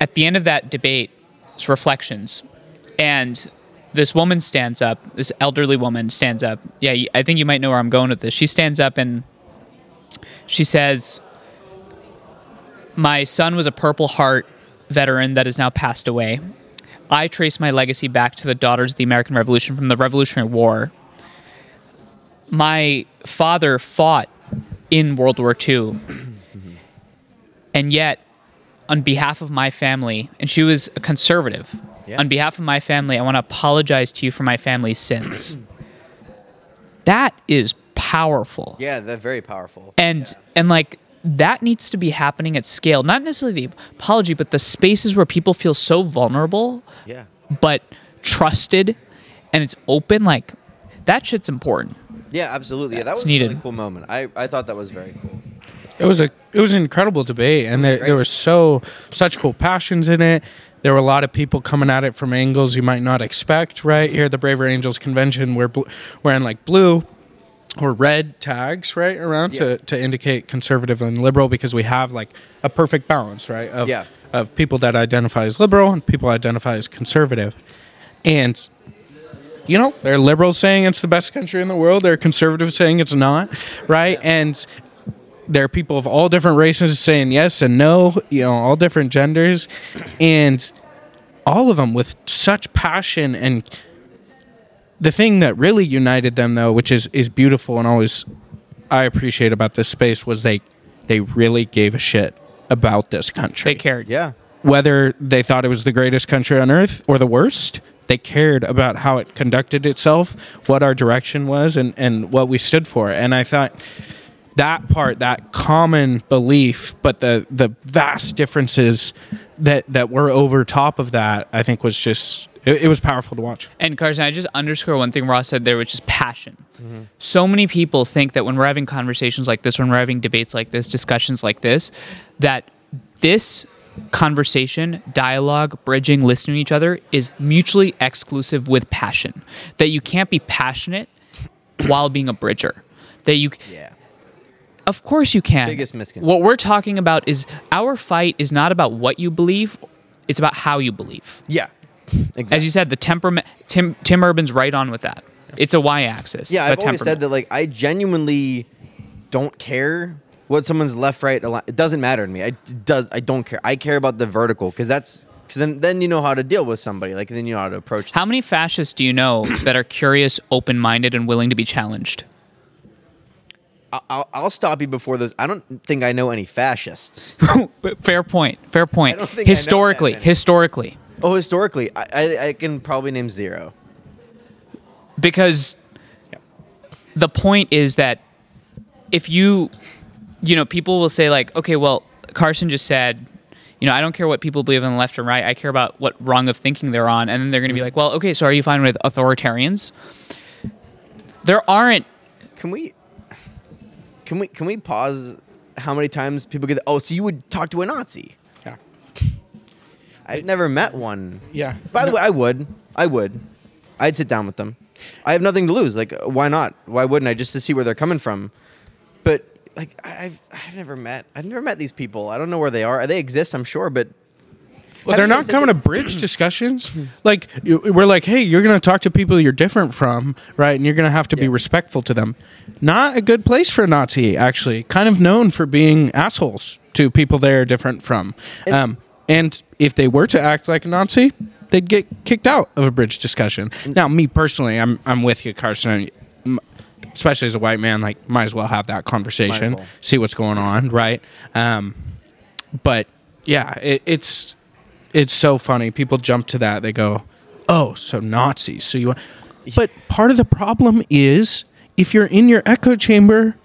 At the end of that debate, it's reflections, and this woman stands up. This elderly woman stands up. Yeah, you- I think you might know where I'm going with this. She stands up and she says, "My son was a Purple Heart veteran that has now passed away. I trace my legacy back to the daughters of the American Revolution from the Revolutionary War." my father fought in World War II, and yet, on behalf of my family, and she was a conservative, Yeah. on behalf of my family, I want to apologize to you for my family's sins. that is powerful Yeah, they're very powerful. and and like that needs to be happening at scale not necessarily the apology but the spaces where people feel so vulnerable yeah, but trusted and it's open like that shit's important yeah, absolutely. Yeah, that That's was a really needed. cool moment. I I thought that was very cool. It was a it was an incredible debate, and there, there were so such cool passions in it. There were a lot of people coming at it from angles you might not expect. Right here at the Braver Angels convention, we're bl- wearing like blue or red tags right around Yeah. to, to indicate conservative and liberal because we have like a perfect balance right of Yeah. of people that identify as liberal and people identify as conservative, and you know, there are liberals saying it's the best country in the world. There are conservatives saying it's not, right? And there are people of all different races saying yes and no, you know, all different genders. And all of them with such passion and the thing that really united them though, which is is beautiful and always I appreciate about this space was they they really gave a shit about this country they cared Yeah, whether they thought it was the greatest country on earth or the worst. They cared about how it conducted itself, what our direction was, and, and what we stood for. And I thought that part, that common belief, but the, the vast differences that, that were over top of that, I think was just It, it was powerful to watch. And Carson, I just underscore one thing Ross said there, which is passion. So many people think that when we're having conversations like this, when we're having debates like this, discussions like this, that this conversation, dialogue, bridging, listening to each other is mutually exclusive with passion. That you can't be passionate while being a bridger. That you Yeah. of course you can. Biggest misconception. What we're talking about is our fight is not about what you believe, it's about how you believe Yeah. Exactly. as you said, the temperament. Tim Tim Urban's right on with that. It's a y-axis. Yeah, the I've always said temperament. that like I genuinely don't care what someone's left right ali- it doesn't matter to me. I it does I don't care. I care about the vertical cuz that's cuz then then you know how to deal with somebody. Like then you know how to approach them. How many fascists do you know (coughs) that are curious, open-minded, and willing to be challenged? I'll, I'll, I'll stop you before those. I don't think I know any fascists. fair point. Fair point. I don't think I know that Historically, many. historically, oh, historically, I, I I can probably name zero. because the point is that if you, you know, people will say like, okay, well, Carson just said. You know, I don't care what people believe on the left and right. I care about what wrong of thinking they're on. And then they're going to be like, well, okay, so are you fine with authoritarians? There aren't Can we Can we can we pause how many times people get oh, so you would talk to a Nazi? Yeah. I've never met one. Yeah. By the No- way, I would. I would. I'd sit down with them. I have nothing to lose. Like, why not? Why wouldn't I? Just to see where they're coming from. But like, I- I've I've never met. I've never met these people. I don't know where they are. They exist, I'm sure, but Well, they're Have you not guys- coming (clears throat) to bridge discussions. Like you- we're like, hey, you're going to talk to people you're different from, right? And you're going to have to be Yeah. respectful to them. Not a good place for a Nazi, actually. Kind of known for being assholes to people they are different from. And- um, and if they were to act like a Nazi, they'd get kicked out of a bridge discussion. Now, me personally, I'm I'm with you, Carson. M- Especially as a white man, like might as well have that conversation, well. see what's going on, right? Um, but yeah, it, it's it's so funny. People jump to that. They go, "Oh, so Nazis." So you, want-" but part of the problem is if you're in your echo chamber,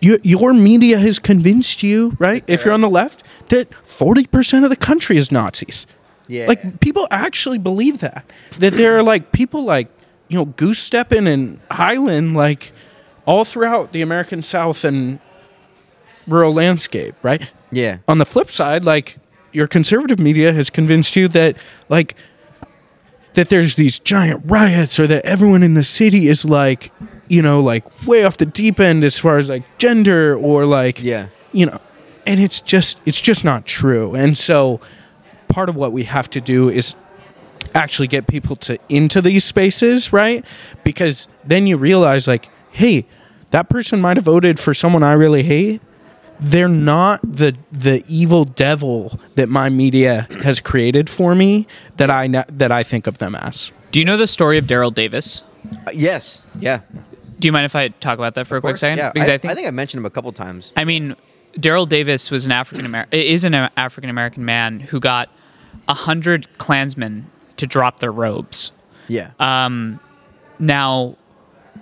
you, your media has convinced you, right? If you're on the left, that forty percent of the country is Nazis. Yeah. like people actually believe that. That there are like people like you know Goose Steppin and Highland like all throughout the American South and rural landscape, right? yeah. on the flip side, like your conservative media has convinced you that like that there's these giant riots or that everyone in the city is like, you know, like way off the deep end as far as like gender or like Yeah. you know, and it's just it's just not true. And so part of what we have to do is actually get people to into these spaces, right? Because then you realize like, hey, that person might have voted for someone I really hate. They're not the the evil devil that my media has created for me that I na- that I think of them as. Do you know the story of Daryl Davis? Uh, yes. Yeah. Do you mind if I talk about that for a quick second? Yeah. because I, think, I think I mentioned him a couple times. I mean, Daryl Davis was an African American is an African American man who got a hundred Klansmen to drop their robes. Yeah. Uh, Now,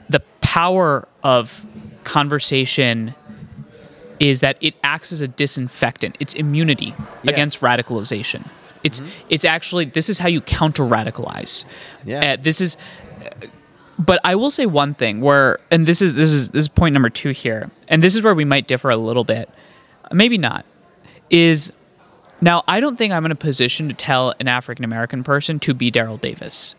the power of conversation is that it acts as a disinfectant. It's immunity Yeah. Mm-hmm. against radicalization. It's it's actually this is how you counter radicalize. Yeah. Uh, this is but I will say one thing where and this is this is this is point number 2 here. And this is where we might differ a little bit. Maybe not. Is now I don't think I'm in a position to tell an African American person to be Daryl Davis.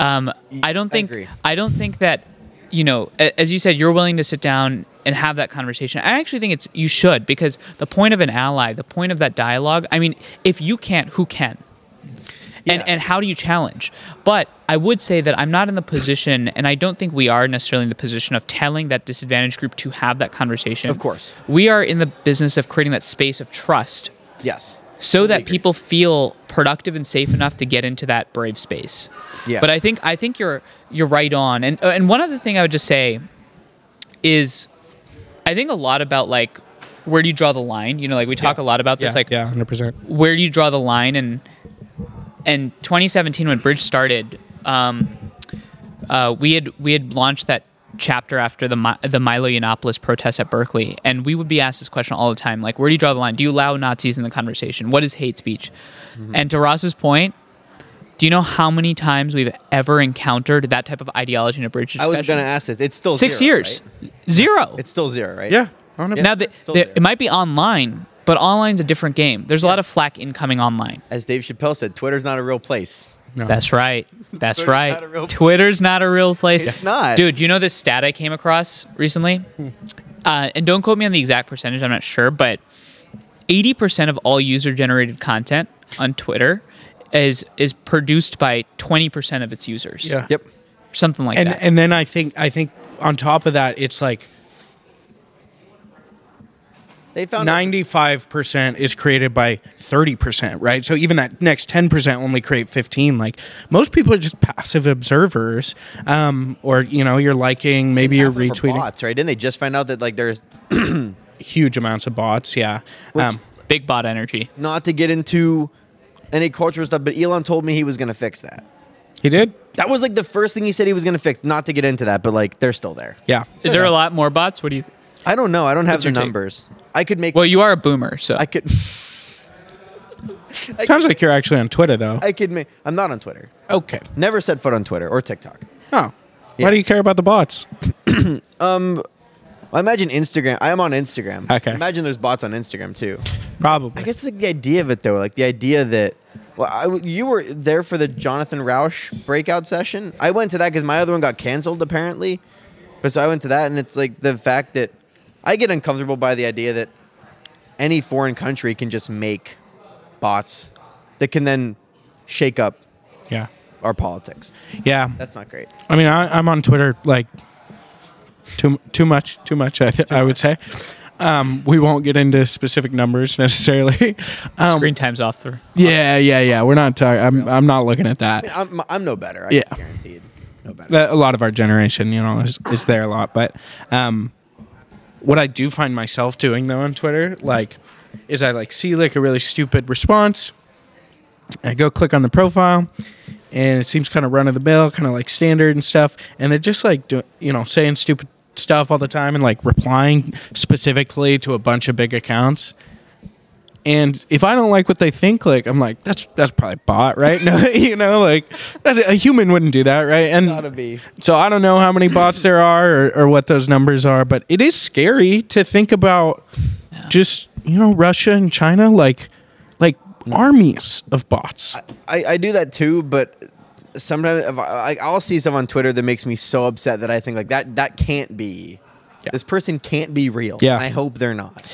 Um, I don't I think agree. I don't think that you know, a- as you said, you're willing to sit down and have that conversation. I actually think it's you should because the point of an ally, the point of that dialogue. I mean, if you can't, who can? Yeah. And and how do you challenge? But I would say that I'm not in the position, and I don't think we are necessarily in the position of telling that disadvantaged group to have that conversation. Of course. we are in the business of creating that space of trust yes. so that agree. people feel productive and safe enough to get into that brave space. Yeah. But I think I think you're you're right on. And uh, and one other thing I would just say is I think a lot about like where do you draw the line? You know, like we talk a lot about this like yeah, hundred percent. where do you draw the line and and 2017 when bridge started um, uh, we had we had launched that chapter after the Mi- the Milo Yiannopoulos protests at Berkeley and we would be asked this question all the time like where do you draw the line do you allow Nazis in the conversation what is hate speech and to Ross's point Do you know how many times we've ever encountered that type of ideology in a bridge I discussion? was going to ask this. It's still Six zero, years. right? Zero. It's still zero, right? Yeah. On a, now, the, still the, zero. it might be online, but online's a different game. There's a lot of flack incoming online. As Dave Chappelle said, Twitter's not a real place. no. That's right. That's Twitter's right. not a real place. Twitter's not a real place. It's not. Dude, you know this stat I came across recently? Hmm. Uh, and don't quote me on the exact percentage, I'm not sure, but 80% of all user generated content on Twitter is is produced by 20% of its users. Yeah. Yep. Something like and that. and then I think I think on top of that, it's like They found ninety five percent is created by thirty percent, right? So even that next ten percent only create fifteen. Like most people are just passive observers, um, or you know, you're liking, maybe you're half of them were retweeting bots, right? Didn't they just find out that like there's huge amounts of bots. Yeah, um, Big bot energy. not to get into any cultural stuff, but Elon told me he was going to fix that. he did. That was like the first thing he said he was going to fix. Not to get into that, but like they're still there. Yeah, Is there a lot more bots? What do you th- I don't know. I don't have What's the your take? numbers. I could make. Well, you are a boomer, so I could. (laughs) Sounds like you're actually on Twitter though. I could make. I'm not on Twitter. okay. Never set foot on Twitter or TikTok. Oh, Yeah. why do you care about the bots? I imagine Instagram. I am on Instagram. Okay. Imagine there's bots on Instagram too. I Probably. guess like the idea of it though, like the idea that well, I w you were there for the Jonathan Rausch breakout session. I went to that because my other one got canceled apparently, but so I went to that, and it's like the fact that I get uncomfortable by the idea that any foreign country can just make bots that can then shake up Yeah. our politics. Yeah. That's not great. I mean, I, I'm on Twitter like too too much, too much. I th- I would say. Um, we won't get into specific numbers necessarily. (laughs) Um, screen time's off the yeah, yeah, yeah. We're not talking. I'm I'm not looking at that. I'm I'm no better. I Yeah. guaranteed. No better. That- A lot of our generation, you know, is, is there a lot. But um, what I do find myself doing though on Twitter, like, is I like see like a really stupid response. I go click on the profile, and it seems kind of run of the mill, kind of like standard and stuff. And they're just like, do, you know, saying stupid stuff all the time and like replying specifically to a bunch of big accounts. And if I don't like what they think, like I'm like, that's that's probably bot, right? (laughs) No, you know, like that's, a human wouldn't do that, right? And Gotta be. so I don't know how many bots there are or, or what those numbers are, but it is scary to think about just you know Russia and China like like armies of bots. I, I do that too, but sometimes if I, I- I'll see stuff on Twitter that makes me so upset that I think like that that can't be. This person can't be real. Yeah. And I hope they're not.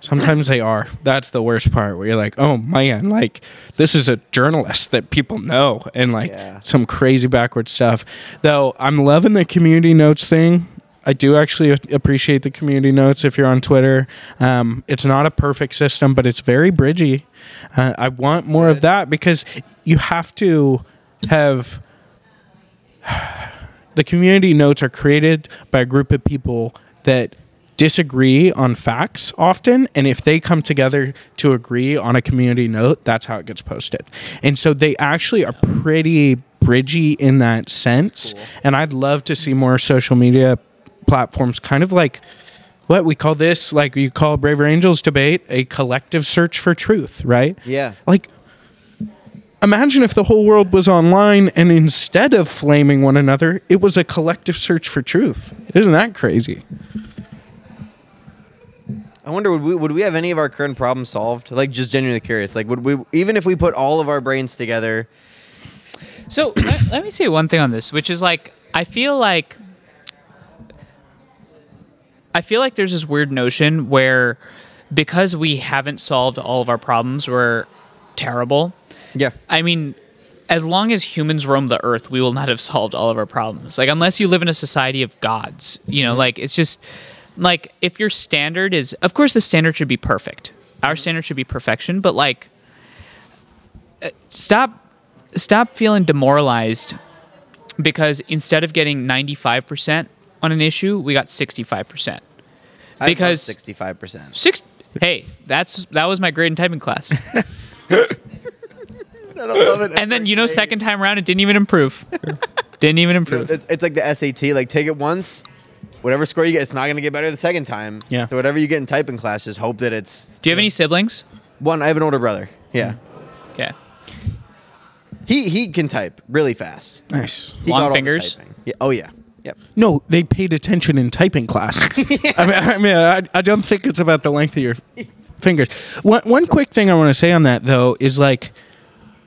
Sometimes they are. That's the worst part where you're like, oh man, like this is a journalist that people know and like Yeah. some crazy backward stuff. Though I'm loving the community notes thing. I do actually a- appreciate the community notes if you're on Twitter. Um, it's not a perfect system, but it's very bridgy. Uh, I want more of that because you have to have the community notes are created by a group of people that disagree on facts often and if they come together to agree on a community note that's how it gets posted and so they actually are pretty bridgy in that sense and i'd love to see more social media platforms kind of like what we call this like you call braver angels debate a collective search for truth right Yeah. like imagine if the whole world was online and instead of flaming one another it was a collective search for truth isn't that crazy I wonder would we would we have any of our current problems solved? Like just genuinely curious. Like would we even if we put all of our brains together? So let, let me say one thing on this, which is like I feel like I feel like there's this weird notion where because we haven't solved all of our problems, we're terrible. Yeah. I mean, as long as humans roam the earth, we will not have solved all of our problems. Like, unless you live in a society of gods, you know, like it's just like if your standard is, of course, the standard should be perfect. Our standard should be perfection, but like, uh, stop, stop feeling demoralized because instead of getting ninety-five percent on an issue, we got sixty-five percent. Because- sixty five percent. Six. Hey, that's that was my grade in typing class, I don't love it. (laughs) and then you know, second time around, it didn't even improve. didn't even improve. it's, it's like the SAT. Like take it once, whatever score you get, it's not gonna get better the second time. Yeah. So whatever you get in typing class, just hope that it's Do you have any siblings? one. I have an older brother. Yeah. Okay. He he can type really fast. Nice. He Long got all the fingers? typing. Yeah, oh yeah. Yep. No, they paid attention in typing class. I mean, I, mean I, I don't think it's about the length of your fingers. One, one quick thing I want to say on that, though, is like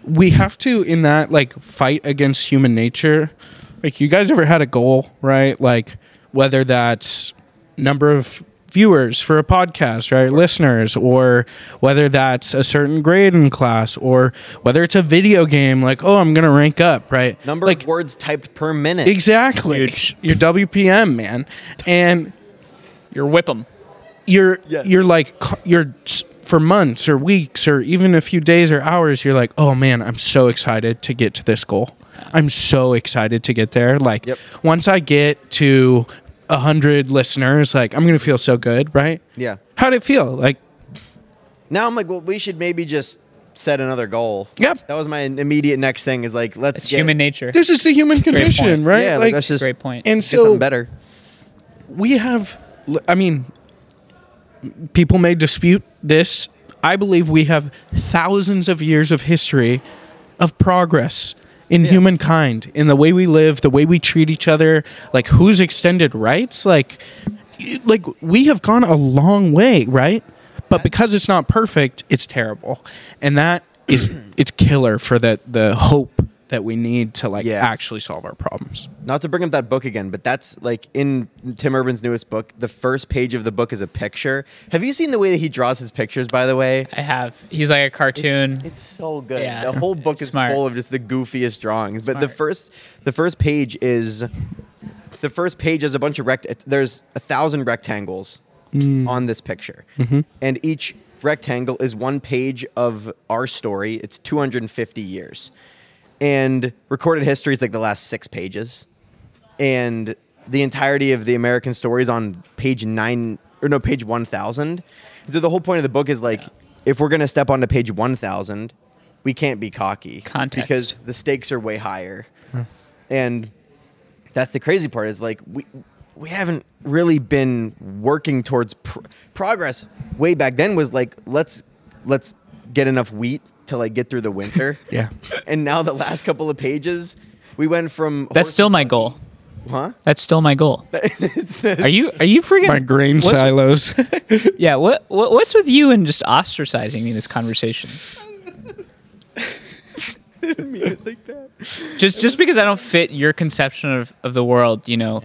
we have to, in that, like fight against human nature. Like, you guys ever had a goal, right? Like, whether that's number of viewers for a podcast, right? Listeners, or whether that's a certain grade in class, or whether it's a video game, like, oh, I'm going to rank up, right? Number like, of words typed per minute. Exactly. Huge. Your WPM, man. And Your whip them. you're Yeah. you're like c- you're s- for months or weeks or even a few days or hours you're like, "Oh man, I'm so excited to get to this goal. I'm so excited to get there." Like Yep. once I get to 100 listeners, like I'm going to feel so good, right? Yeah. How'd it feel? Like Now I'm like, well, we should maybe just set another goal. Yep. That was my immediate next thing is like, let's It's get, human nature. this is the human point. condition, right? Yeah, like, like that's just Great point. and get so something better. we have i mean people may dispute this i believe we have thousands of years of history of progress in humankind in the way we live the way we treat each other like who's extended rights like y- like we have gone a long way right but because it's not perfect it's terrible and that is it's killer for the the hope that we need to like Yeah. actually solve our problems Not to bring up that book again, but that's like in Tim Urban's newest book. The first page of the book is a picture. Have you seen the way that he draws his pictures? By the way, I have. He's like a cartoon. It's so good. Yeah. The whole book is Smart. full of just the goofiest drawings. But the Smart. first, the first page is, the first page is a bunch of rect. There's a thousand rectangles on this picture, and each rectangle is one page of our story. It's 250 years, and recorded history is like the last six pages, and the entirety of the American story is on page nine or no page 1,000. So the whole point of the book is like. If we're gonna step onto page one thousand, we can't be cocky Context. because the stakes are way higher and that's the crazy part is like we we haven't really been working towards pr- progress way back then was like let's let's get enough wheat to like get through the winter Yeah. (laughs) and now the last couple of pages we went from That's still my goal. huh (laughs) That's still my (laughs) goal. are you are you freaking my grain what's- silos (laughs) Yeah, what, what what's with you and just ostracizing me in this (laughs) conversation? Just just because I don't fit your conception of, of the world, you know.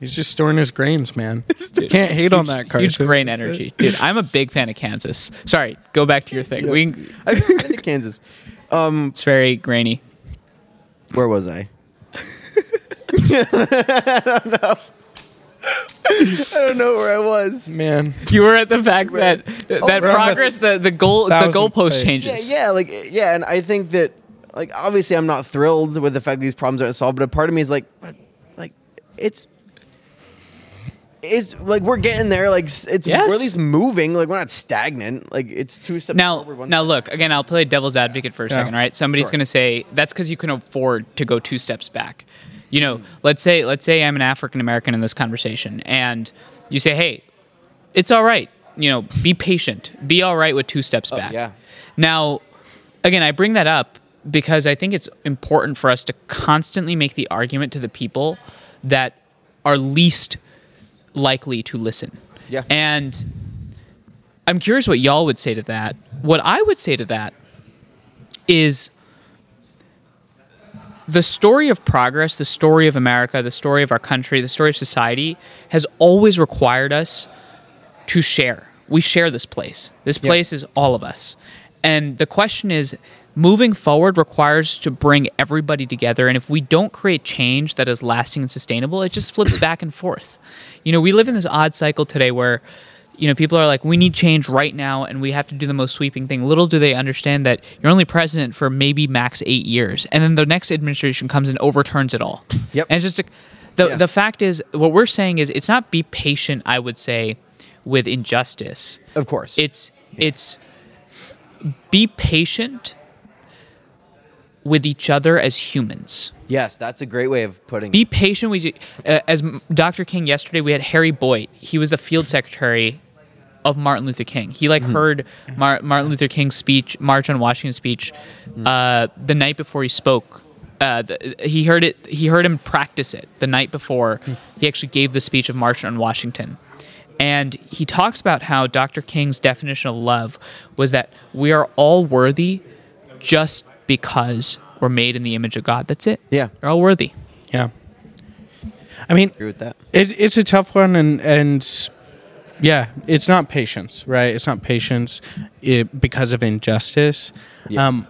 He's just storing his (laughs) grains, man. Can't hate on that, Carson. Huge grain energy. Dude, I'm a big fan of Kansas. Sorry, go back to your thing. We i've never been to kansas it's very grainy. where was i (laughs) I don't know. I don't know where I was. Man, You were at the fact that that we're on the progress, the, the goal the thousand goalpost page. Oh, Yeah, changes. yeah, like yeah, and I think that like obviously I'm not thrilled with the fact that these problems aren't solved, but a part of me is like, but, like it's it's like we're getting there. Like s- it's Yes. we're at least moving. Like we're not stagnant. Like it's two steps Now, forward. One now step- look again. I'll play devil's advocate for a Yeah. second, right? Somebody's Sure. going to say that's because you can afford to go two steps back. You know, let's say let's say I'm an African American in this conversation, and you say, "Hey, it's all right. You know, be patient. Be all right with two steps back." Oh, yeah. Now, again, I bring that up because I think it's important for us to constantly make the argument to the people that are least likely to listen. Yeah. And I'm curious what y'all would say to that. What I would say to that is the story of progress, the story of America, the story of our country, the story of society has always required us to share. We share this place. This place is all of us. And the question is moving forward requires to bring everybody together. And if we don't create change that is lasting and sustainable, it just flips back and forth. You know, we live in this odd cycle today where, you know, people are like, we need change right now and we have to do the most sweeping thing. Little do they understand that you're only president for maybe max eight years. And then the next administration comes and overturns it all. Yep. And it's just a, the, Yeah. the fact is, what we're saying is it's not be patient, I would say, with injustice. of course, It's it's be patient with each other as humans. yes, that's a great way of putting. Be patient with uh, as M- Dr. King yesterday we had Harry Boyd. He was the field secretary of Martin Luther King. He like heard Mar- Martin Luther King's speech, March on Washington speech, uh, the night before he spoke. Uh, the, he heard it. He heard him practice it the night before he actually gave the speech of March on Washington. And he talks about how Dr. King's definition of love was that we are all worthy just because we're made in the image of God. That's it. Yeah. You're all worthy. Yeah. I mean, Agree with that. It, it's a tough one, and and yeah, it's not patience, right? It's not patience it, because of injustice. Yeah. Um,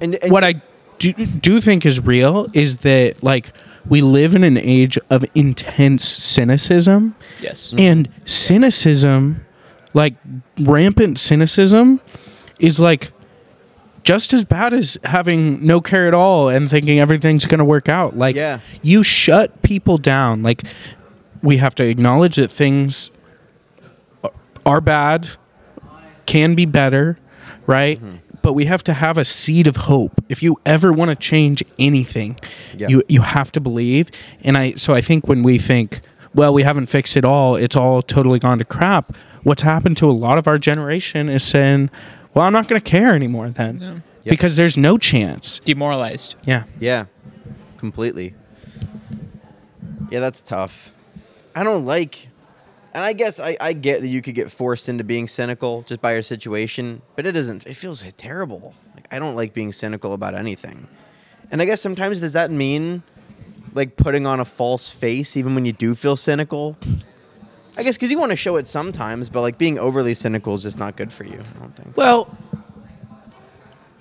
And, what I do do think is real is that like we live in an age of intense cynicism, Yes. and cynicism, like rampant cynicism, is like just as bad as having no care at all and thinking everything's going to work out. Like, Yeah. you shut people down. Like, we have to acknowledge that things a- are bad, can be better, right? But we have to have a seed of hope. If you ever want to change anything, Yeah. you you have to believe. And I so I think when we think, well, we haven't fixed it all, it's all totally gone to crap. What's happened to a lot of our generation is saying, well, I'm not going to care anymore then, because there's no chance. Demoralized. Yeah. Yeah, completely. Yeah, that's tough. I don't like, and I guess I, I get that you could get forced into being cynical just by your situation, but it doesn't. It feels terrible. Like I don't like being cynical about anything, and I guess sometimes does that mean like putting on a false face even when you do feel cynical? I guess because you want to show it sometimes, but like being overly cynical is just not good for you. I don't think. Well,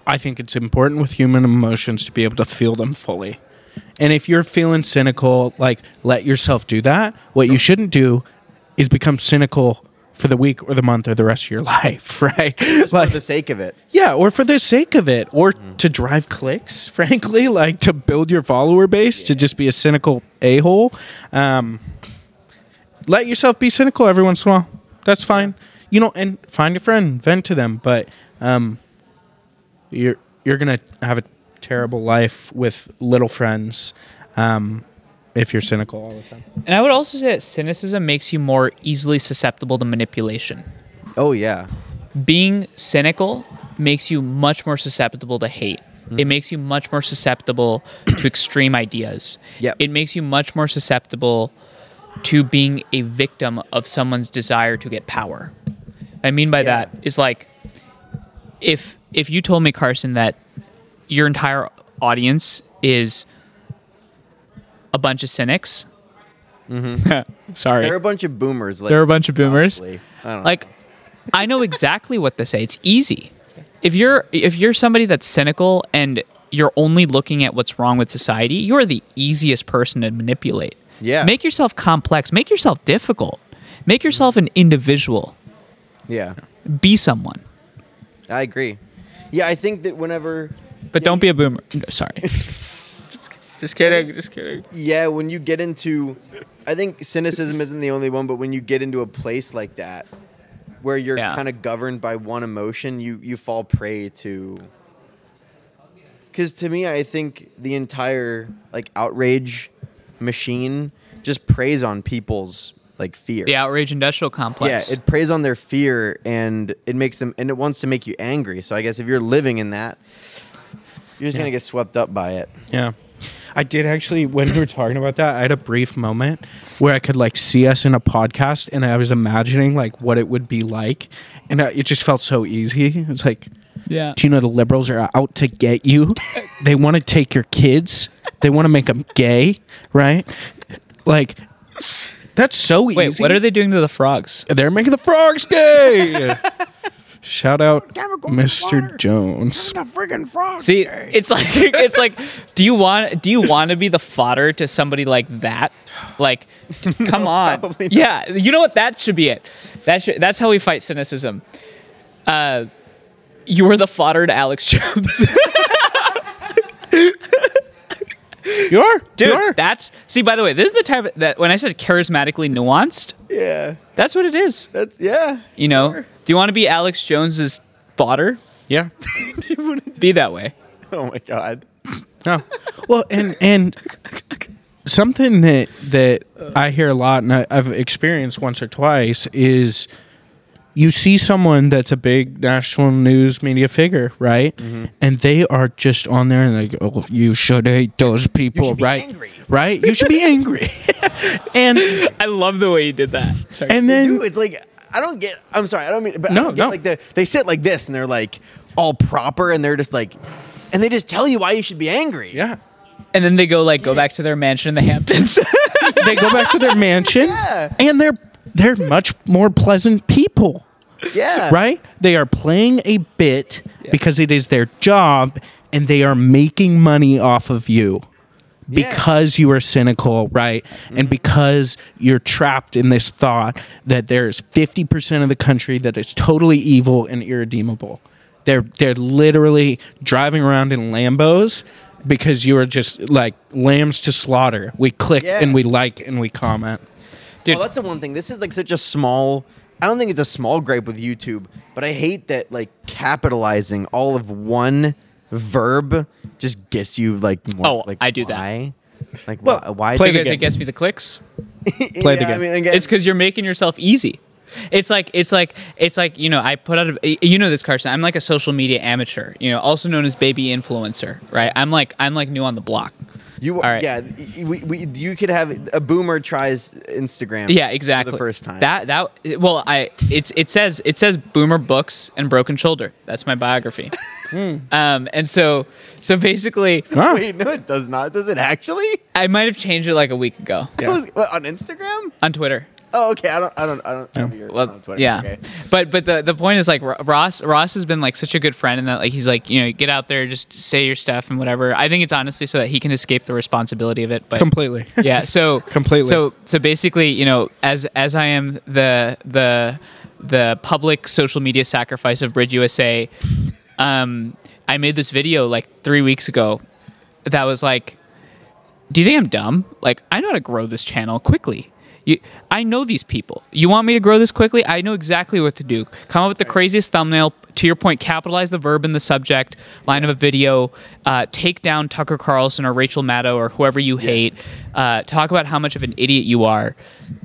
I think it's important with human emotions to be able to feel them fully. And if you're feeling cynical, like let yourself do that. What you shouldn't do is become cynical for the week or the month or the rest of your (laughs) life, right? For like the sake of it, yeah, or for the sake of it or to drive clicks, (laughs) frankly, like to build your follower base to just be a cynical a-hole. Um let yourself be cynical every once in a while. That's fine. You know, and find your friend, vent to them, but um you're you're gonna have a terrible life with little friends um, if you're cynical all the time. And I would also say that cynicism makes you more easily susceptible to manipulation. oh yeah, Being cynical makes you much more susceptible to hate. Mm-hmm. It makes you much more susceptible (coughs) to extreme ideas. Yep. It makes you much more susceptible to being a victim of someone's desire to get power. I mean by Yeah. that is like if if you told me Carson that your entire audience is a bunch of cynics. (laughs) Sorry. there are Mm-hmm. a bunch of boomers. Like, There are a bunch of boomers. probably. I don't know. Like I know exactly what to say. It's easy. If you're if you're somebody that's cynical and you're only looking at what's wrong with society, you are the easiest person to manipulate. Yeah. Make yourself complex. Make yourself difficult. Make yourself an individual. Yeah, Be someone. I agree. Yeah, I think that whenever, But don't be a boomer. No, sorry. just kidding. Just kidding. yeah, when you get into, I think cynicism isn't the only one, but when you get into a place like that, where you're Yeah. kind of governed by one emotion, you you fall prey to. Because to me, I think the entire like outrage machine just preys on people's like fear. The outrage industrial complex. Yeah, it preys on their fear and it makes them and it wants to make you angry. So I guess if you're living in that, you're just gonna get swept up by it. Yeah. I did actually, when we were talking about that, I had a brief moment where I could like see us in a podcast and I was imagining like what it would be like. And I, it just felt so easy. It's like, yeah. do you know the liberals are out to get you? They want to take your kids, they want to make them gay, right? Like, that's so easy. Wait, what are they doing to the frogs? They're making the (laughs) frogs gay. Shout out Mr. Jones. See, it's like (laughs) it's like, do you want do you want to be the fodder to somebody like that? (laughs) Like, come on, yeah. You know what? That should be it. That should, that's how we fight cynicism. Uh, you were the fodder to Alex (laughs) Jones, You are? dude. You are? That's see. By the way, this is the type of, that when I said charismatically nuanced, Yeah, that's what it is. that's yeah. (laughs) You know, do you want to be Alex Jones's fodder? yeah. Be that way. Oh my god. No. Well, and and something that that I hear a lot, and I, I've experienced once or twice, is you see someone that's a big national news media figure, right? And they are just on there and they go, oh, "You should hate those people, right? Right? You should (laughs) be angry." (laughs) and I love the way you did that. Sorry. and They then do. It's like I don't get. I'm sorry. I don't mean. But I No, don't get, no. Like the, they sit like this, and they're like all proper, and they're just like, and they just tell you why you should be angry. yeah, And then they go like go back to their mansion in the Hamptons. they go back to their (laughs) mansion, Yeah. and they're they're much more pleasant people. yeah. right? They are playing a bit because it is their job and they are making money off of you Yeah. Mm-hmm. because you are cynical, right? And because you're trapped in this thought that there's 50% of the country that is totally evil and irredeemable. They're they're literally driving around in Lambos because you are just like lambs to slaughter. We click Yeah. and we like and we (laughs) comment. Dude. Well, Oh, that's the one thing. This is like such a small. I don't think it's a small gripe with YouTube, but I hate that like capitalizing all of one verb just gets you like more. Oh, like, I do that. why? that. Like why? Well, why (laughs) play do because (laughs) game. it gets me the clicks. play the I game. mean, again, It's because you're making yourself easy. It's like it's like it's like you know I put out a, you know this Carson I'm like a social media amateur you know also known as baby influencer right I'm like I'm like new on the block you. all right. Yeah, we, we, you could have a boomer tries Instagram. yeah for exactly the first time. that that well I it's it says it says boomer books and broken shoulder that's my (laughs) biography um and so so basically Huh? Wait, no, it does not. Does it actually? I might have changed it like a week ago It was- (laughs) what, on Instagram? on Twitter Oh, okay. I don't. I don't. I don't. I don't be your- well, on Twitter. yeah. Okay. But but the the point is like Ro- Ross Ross has been like such a good friend in that like he's like you know get out there just say your stuff and whatever. I think it's honestly so that he can escape the responsibility of it. But (laughs) Completely. (laughs) yeah, so Completely. So so basically, you know, as as I am the the the public social media sacrifice of Bridge USA, um, I made this video like three weeks ago that was like, "Do you think I'm dumb? Like, I know how to grow this channel quickly. You, I know these people. You want me to grow this quickly? I know exactly what to do. Come up with the craziest thumbnail. To your point, capitalize the verb in the subject line of a video. Uh, take down Tucker Carlson or Rachel Maddow or whoever you hate. Uh, talk about how much of an idiot you are.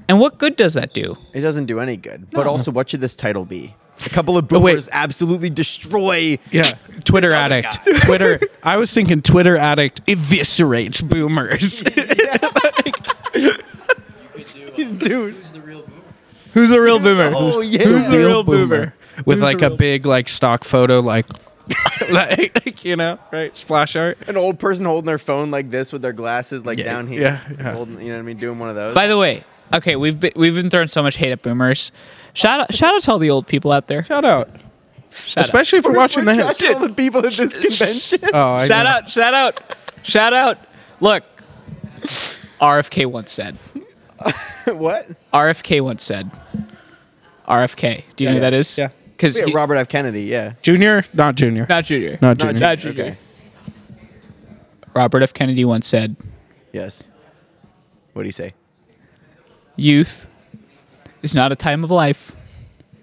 And what good does that do? It doesn't do any good. But also, what should this title be? A couple of Oh, boomers absolutely destroy. Yeah, Twitter other addict. Twitter. I was thinking Twitter addict eviscerates (laughs) boomers. (laughs) Dude. Who's a real boomer? Oh yeah. Who's the real boomer? With Who's like the a real- big like stock photo, like, (laughs) like, like, you know, right? Splash art. An old person holding their phone like this with their glasses like Yeah, down here. yeah, yeah. Holding, you know what I mean? Doing one of those. By the way, okay, we've been, we've been throwing so much hate at boomers. Shout out, shout out to all the old people out there. Shout out, Shout out. especially if you're watching We're this. judging all the people at (laughs) this convention. (laughs) Oh, I shout know. out, shout out, shout out. Look, RFK once said. what? RFK once said. RFK. Do you know who yeah, that is? yeah. Because Yeah, Robert F. Kennedy. Yeah. Junior, not junior, not junior. not junior. Not junior. Okay. Robert F. Kennedy once said, Yes. What do you say? "Youth is not a time of life,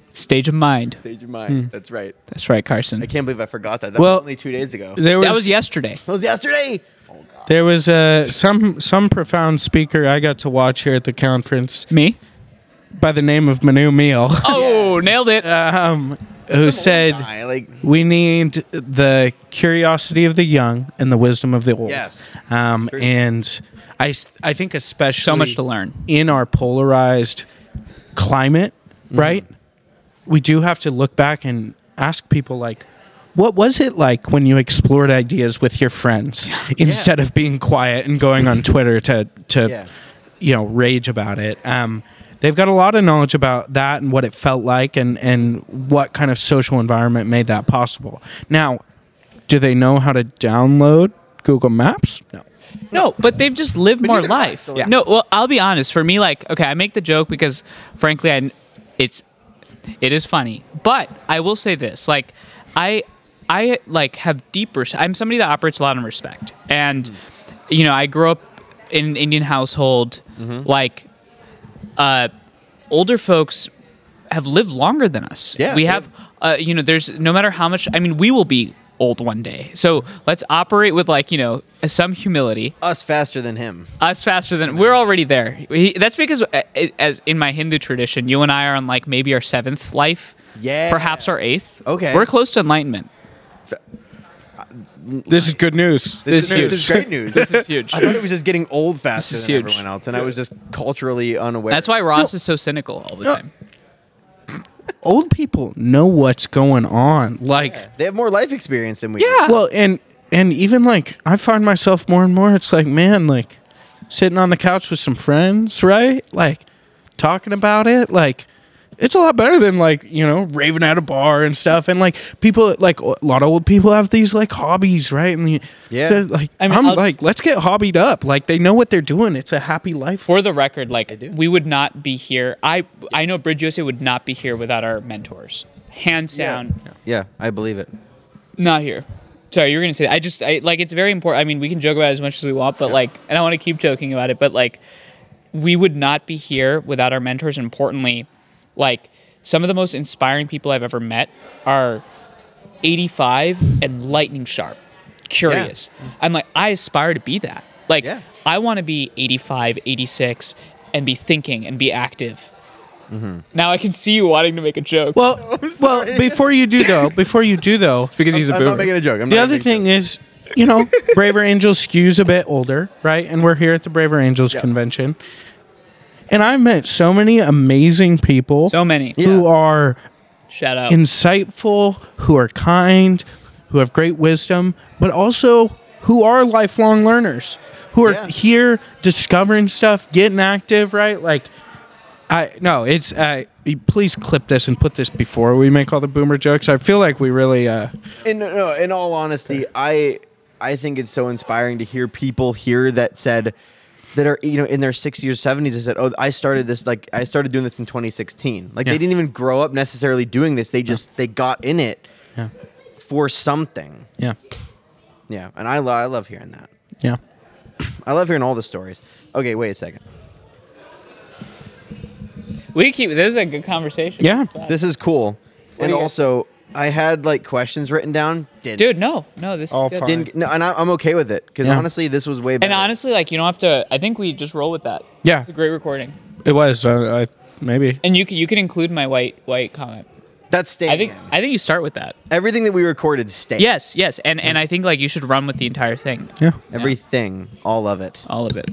it's a stage of mind." Stage of mind. That's right. That's right, Carson. I can't believe I forgot that. That Hmm. Well- was only two days ago. There was, that was yesterday. That was yesterday. Oh god. there was uh, some some profound speaker I got to watch here at the conference Me? by the name of Manu Meal, (laughs) Oh, nailed it. um, who said. I like We need the curiosity of the young and the wisdom of the old. Yes. Um, and I, s- I think especially so much to learn. in our polarized climate, Mm-hmm. right? We do have to look back and ask people like, what was it like when you explored ideas with (laughs) your friends instead of being quiet and going on Twitter to to Yeah. you know rage about it? Um, they've got a lot of knowledge about that and what it felt like and and what kind of social environment made that possible. Now, do they know how to download Google Maps? No. No, but they've just lived more neither do I. life. So, like- No, well, I'll be honest. For me, like, okay, I make the joke because, frankly, I, it's, it is funny. But I will say this: like, I, I like have deep. Res- I'm somebody that operates a lot on respect, and, you know, I grew up in an Indian household. Mm-hmm. Like, uh, older folks have lived longer than us. Yeah, we yeah. have, uh, you know, there's no matter how much. I mean, we will be old one day. So let's operate with like you know some humility. Us faster than him. Us faster than we're already there. He, that's because, uh, as in my Hindu tradition, you and I are on like maybe our seventh life, Yeah. perhaps our eighth. Okay. we're close to enlightenment. This is good news. This is, This is is huge. great news. This is (laughs) huge. I thought it was just getting old faster This is than huge. everyone else, and I was just culturally unaware. That's why Ross is so cynical all the No. time. Old people know what's going on. Like, they have more life experience than we. Yeah. well, and and even like I find myself more and more. It's like, man, like sitting on the couch with some friends, right? Like talking about it, like. It's a lot better than like you know raving at a bar and stuff, and like people like a lot of old people have these like hobbies, right? And the, Yeah. they're, like I I mean, am I'll- like let's get hobbied up. Like they know what they're doing. It's a happy (laughs) life. For the record, like do. we would not be here. I I know Bridge USA would not be here without our mentors, hands down. Yeah, I believe it. Not here. Sorry, you were gonna say. That. I just I, like it's very important. I mean, we can joke about it as much as we want, but like, and I want to keep joking about it, but like, we would not be here without our mentors. And importantly, like some of the most inspiring people I've ever met are 85 and lightning sharp, curious. I'm like, I aspire to be that. Like, Yeah. I want to be 85, 86, and be thinking and be active. Mm-hmm. Now I can see you wanting to make a joke. Well, well, before you do though, before you do though, because he's a I'm not boomer. making a joke. I'm the not other making a thing joke. is, (laughs) you know, Braver Angels skews a bit older, right? And we're here at the Braver Angels Yeah. convention, and I've met so many amazing people so many. who Yeah. are Shout out. insightful, who are kind, who have great wisdom, but also who are lifelong learners, who are Yeah. here discovering stuff, getting active, right? Like, I no, it's I. Please clip this and put this before we make all the boomer jokes. I feel like we really. uh In, no, no, in all honesty, I I think it's so inspiring to hear people here that said that are you know in their 60s or 70s that said, "Oh, I started this like I started doing this in 2016." Like Yeah. they didn't even grow up necessarily doing this. They just they got in it Yeah. for something. Yeah. Yeah, and I lo- I love hearing that. Yeah. I love hearing all the stories. Okay, wait a second. We keep this is a good conversation. Yeah. It's fun. This is cool. And do you- also, I had like questions written down. Didn't. dude. No, no, this All is good. fine. Didn't, no, and I, I'm okay with it because Yeah. honestly, this was way better. And honestly, like you don't have to. I think we just roll with that. Yeah. it's a great recording. It was. Uh, I, maybe. And you can you can include my white white comment. that's staying. I think in. I think you start with that. everything that we recorded stayed. Yes, yes, and and I think like you should run with the entire thing, Yeah. everything, all of it. all of it.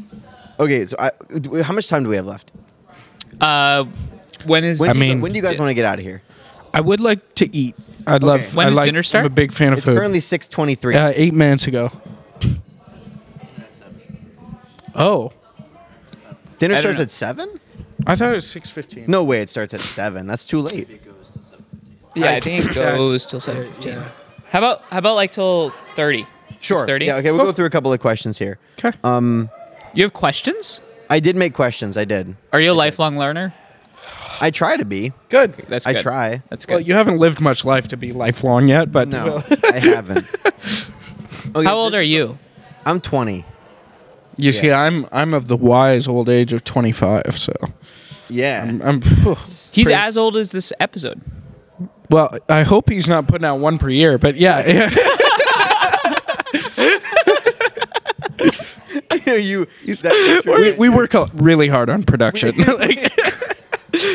Okay, so I, d- how much time do we have left? Uh, when is When I do you- mean- when do you guys want to get out of here? I would like to eat. I'd love. When I does like, dinner start? I'm a big fan of It's food. currently 6:23. uh, eight minutes ago. Oh, Dinner I don't starts know. at seven. I thought it was six fifteen. No way, it starts at seven. That's too late. yeah? I think it goes till seven fifteen. How about how about like till thirty? thirty. Yeah. Okay, we'll go through a couple of questions here. Okay. Um, You have questions? I did make questions. I did. Are you a lifelong learner? I try to be. good. That's I good. try. That's good. Well, you haven't lived much life to be lifelong yet, but No, I haven't. (laughs) Okay, how old are you? I'm 20. you see, I'm I'm of the wise old age of twenty five, so Yeah. I'm. I'm He's pretty- as old as this episode. well. I hope he's not putting out one per year, but yeah, (laughs) yeah. (laughs) you know, you. (laughs) that- (laughs) we, we work a- really hard on (laughs) production.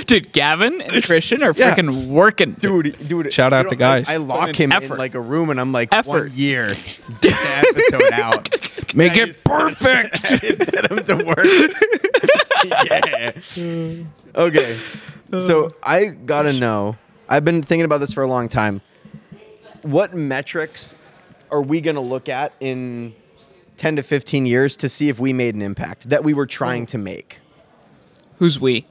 Dude, Gavin and Christian are Yeah. freaking working. dude, dude. Shout out you to know, I- guys. I, lock him in effort. like a room, and I'm like, one Effort. (laughs) year, get the episode out. (laughs) Make That is- it (laughs) perfect. set him to work. (laughs) yeah. Okay. So I gotta know. I've been thinking about this for a long time. What metrics are we gonna look at in ten to fifteen years to see if we made an impact that we were Oh. trying to make? Who's we?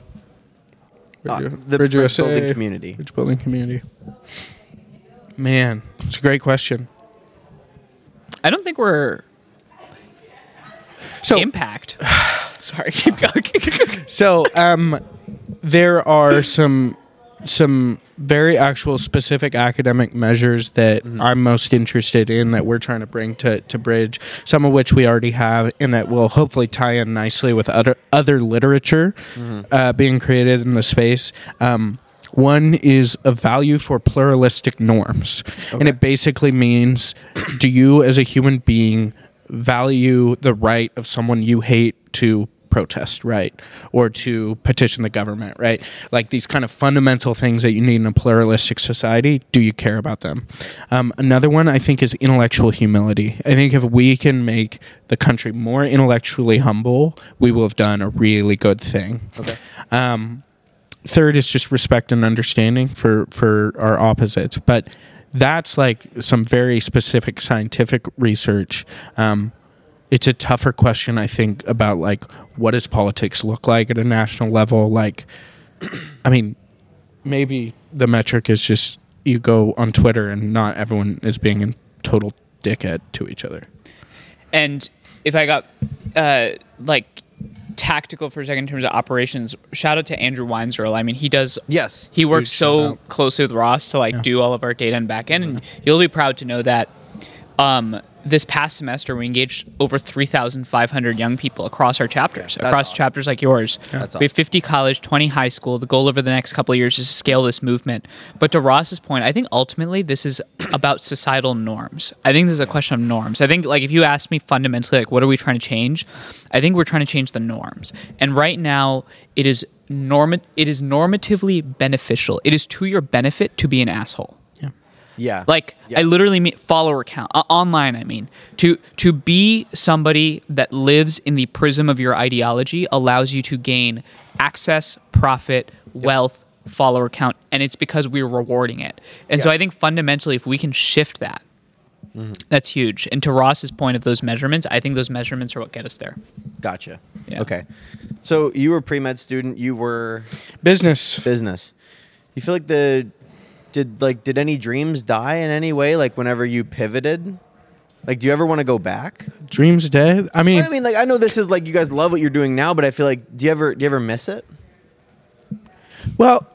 Uh, Bridge- the Bridge bridge USA. building community. Bridge building community. Man, it's a great question. I don't think we're So, impact. Sorry, keep going. so um, there are some some very actual specific academic measures that I'm most interested in that we're trying to bring to, to Bridge, some of which we already have, and that will hopefully tie in nicely with other other literature uh, being created in the space. Um, One is a value for pluralistic norms. And it basically means do you, as a human being, value the right of someone you hate to protest, right? Or to petition the government, right? Like these kind of fundamental things that you need in a pluralistic society, do you care about them? Um, another one I think is intellectual humility. I think if we can make the country more intellectually humble, we will have done a really good thing. Okay. Um, third is just respect and understanding for for our opposites but that's like some very specific scientific research um, it's a tougher question i think about like what does politics look like at a national level like (clears throat) i mean maybe the metric is just you go on twitter and not everyone is being a total dickhead to each other And if I got uh, like tactical for a second in terms of operations, shout out to Andrew Weinzierl. I mean, he does. Yes. He works Huge so shout out. closely with Ross to like do all of our data and back end, and you'll be proud to know that. Um, this past semester, we engaged over 3,500 young people across our chapters, across awesome. chapters like yours. That's we awesome. have 50 college, 20 high school. The goal over the next couple of years is to scale this movement. But to Ross's point, I think ultimately this is (clears throat) about societal norms. I think this is a question of norms. I think like if you ask me fundamentally, like what are we trying to change? I think we're trying to change the norms. And right now, it is norm it is normatively beneficial. It is to your benefit to be an asshole. Yeah. Like Yeah. I literally mean follower count uh, online. I mean to to be somebody that lives in the prism of your ideology allows you to gain access, profit, wealth, follower count, and it's because we're rewarding it. And so Yeah. Mm-hmm. I think fundamentally, if we can shift that, that's huge. And to Ross's point of those measurements, I think those measurements are what get us there. Gotcha. Yeah. Okay. So you were a pre med student. You were business business. You feel like the did like did any dreams die in any way? Like whenever you pivoted, like do you ever want to go back? dreams dead i mean I mean, like I know this is like you guys love what you're doing now, but I feel like do you ever do you ever miss it? Well,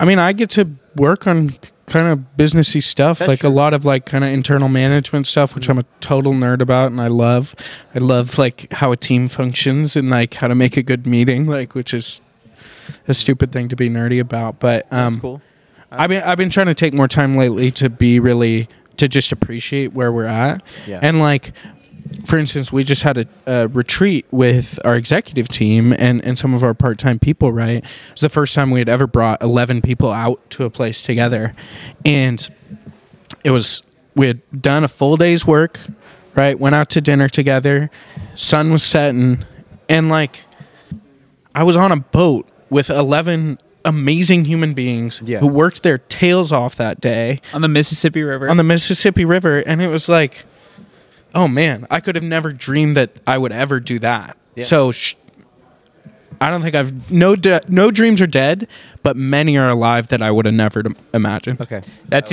I mean, I get to work on kind of businessy stuff, That's like true. a lot of like kind of internal management stuff, which I'm a total nerd about, and I love. I love like how a team functions and like how to make a good meeting, like which is a stupid thing to be nerdy about, but um, That's cool. I've been I've been trying to take more time lately to be really to just appreciate where we're at. Yeah. And like for instance, we just had a, a retreat with our executive team and, and some of our part time people, right? It was the first time we had ever brought 11 people out to a place together. And it was, we had done a full day's work, right? Went out to dinner together, sun was setting, and like I was on a boat with 11 amazing human beings Yeah. who worked their tails off that day On the Mississippi River, on the Mississippi River, and it was like, oh man, I could have never dreamed that I would ever do that. Yeah. So sh- I don't think I've no de- no dreams are dead, but many are alive that I would have never d- imagined. Okay. That's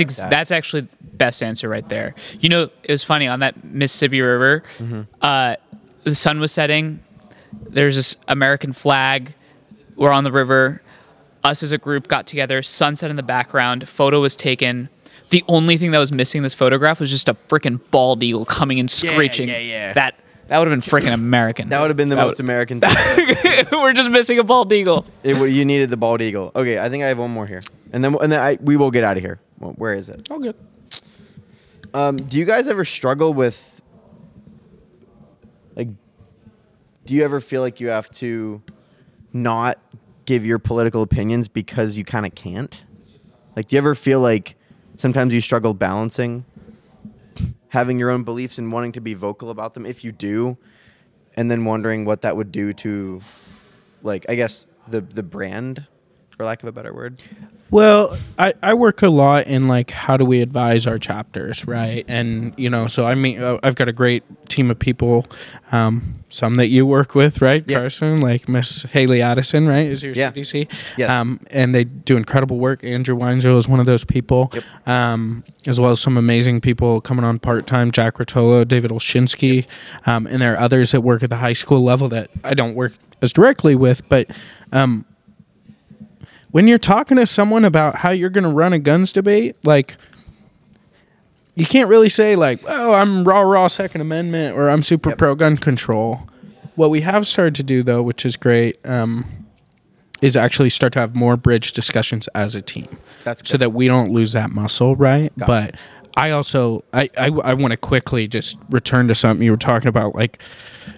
I like ex- that. that's actually the best answer right there. You know, it was funny on that Mississippi River. Mm-hmm. Uh, the sun was setting. There's this American flag. We're on the river. Us as a group got together. Sunset in the background. Photo was taken. The only thing that was missing in this photograph was just a freaking bald eagle coming and screeching. yeah, yeah. That that would have been freaking American. That would have been the That most American thing. (laughs) (laughs) would- We're just missing a bald eagle. It, wa- you needed the bald eagle. Okay, I think I have one more here, and then and then I, we will get out of here. Well, Where is it? All good. Um, do you guys ever struggle with like? Do you ever feel like you have to not give your political opinions because you kind of can't? Like, do you ever feel like sometimes you struggle balancing having your own beliefs and wanting to be vocal about them? If you do, and then wondering what that would do to, like, I guess the the brand, for lack of a better word. Well, I, I work a lot in like how do we advise our chapters, right? And you know, so I mean, uh, I've got a great team of people, um, some that you work with, right, Yeah. Carson, like Miss Haley Addison, right, is your Yeah. CDC, Yes. um, and they do incredible work. Andrew Weinzel is one of those people, um, as well as some amazing people coming on part time, Jack Rotolo, David Olshinsky, um, and there are others that work at the high school level that I don't work as directly with, but um, when you're talking to someone about how you're going to run a guns debate, like you can't really say like, "Oh, I'm raw raw Second Amendment" or "I'm super pro gun control." What we have started to do though, which is great, um, is actually start to have more bridge discussions as a team. That's so that we don't lose that muscle, right? but I also I I, I want to quickly just return to something you were talking about. Like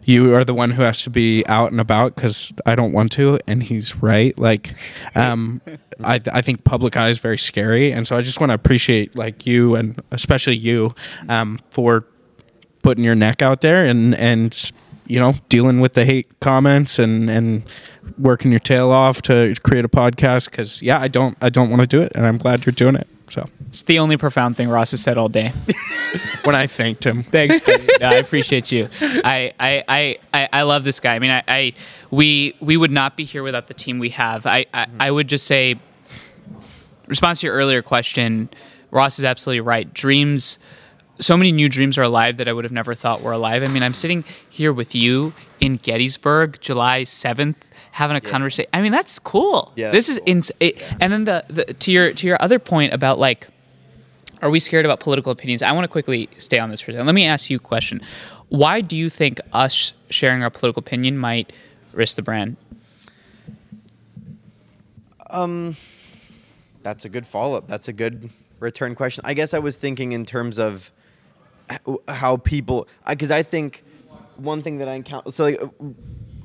you are the one who has to be out and about because I don't want to, and he's right. Like um, I I think public eye is very scary, and so I just want to appreciate like you and especially you um, for putting your neck out there and and you know dealing with the hate comments and and working your tail off to create a podcast because yeah i don't i don't want to do it and i'm glad you're doing it so It's the only profound thing Ross has said all day. when i thanked him Thanks. dude. No, I appreciate you. I, I, I, I, I love this guy. I mean, I, I we we would not be here without the team we have. I, I, I would just say, response to your earlier question, Ross is absolutely right. Dreams, so many new dreams are alive that I would have never thought were alive. I mean, I'm sitting here with you in Gettysburg, July 7th, having a conversation. I mean, that's cool. Yeah, this that's is ins- it, and then the, the to your to your other point about like are we scared about political opinions? I want to quickly stay on this for a second. Let me ask you a question. Why do you think us sharing our political opinion might risk the brand? That's a good follow up. That's a good return question. I guess I was thinking in terms of h- how people, because I think one thing that I encounter, so like uh,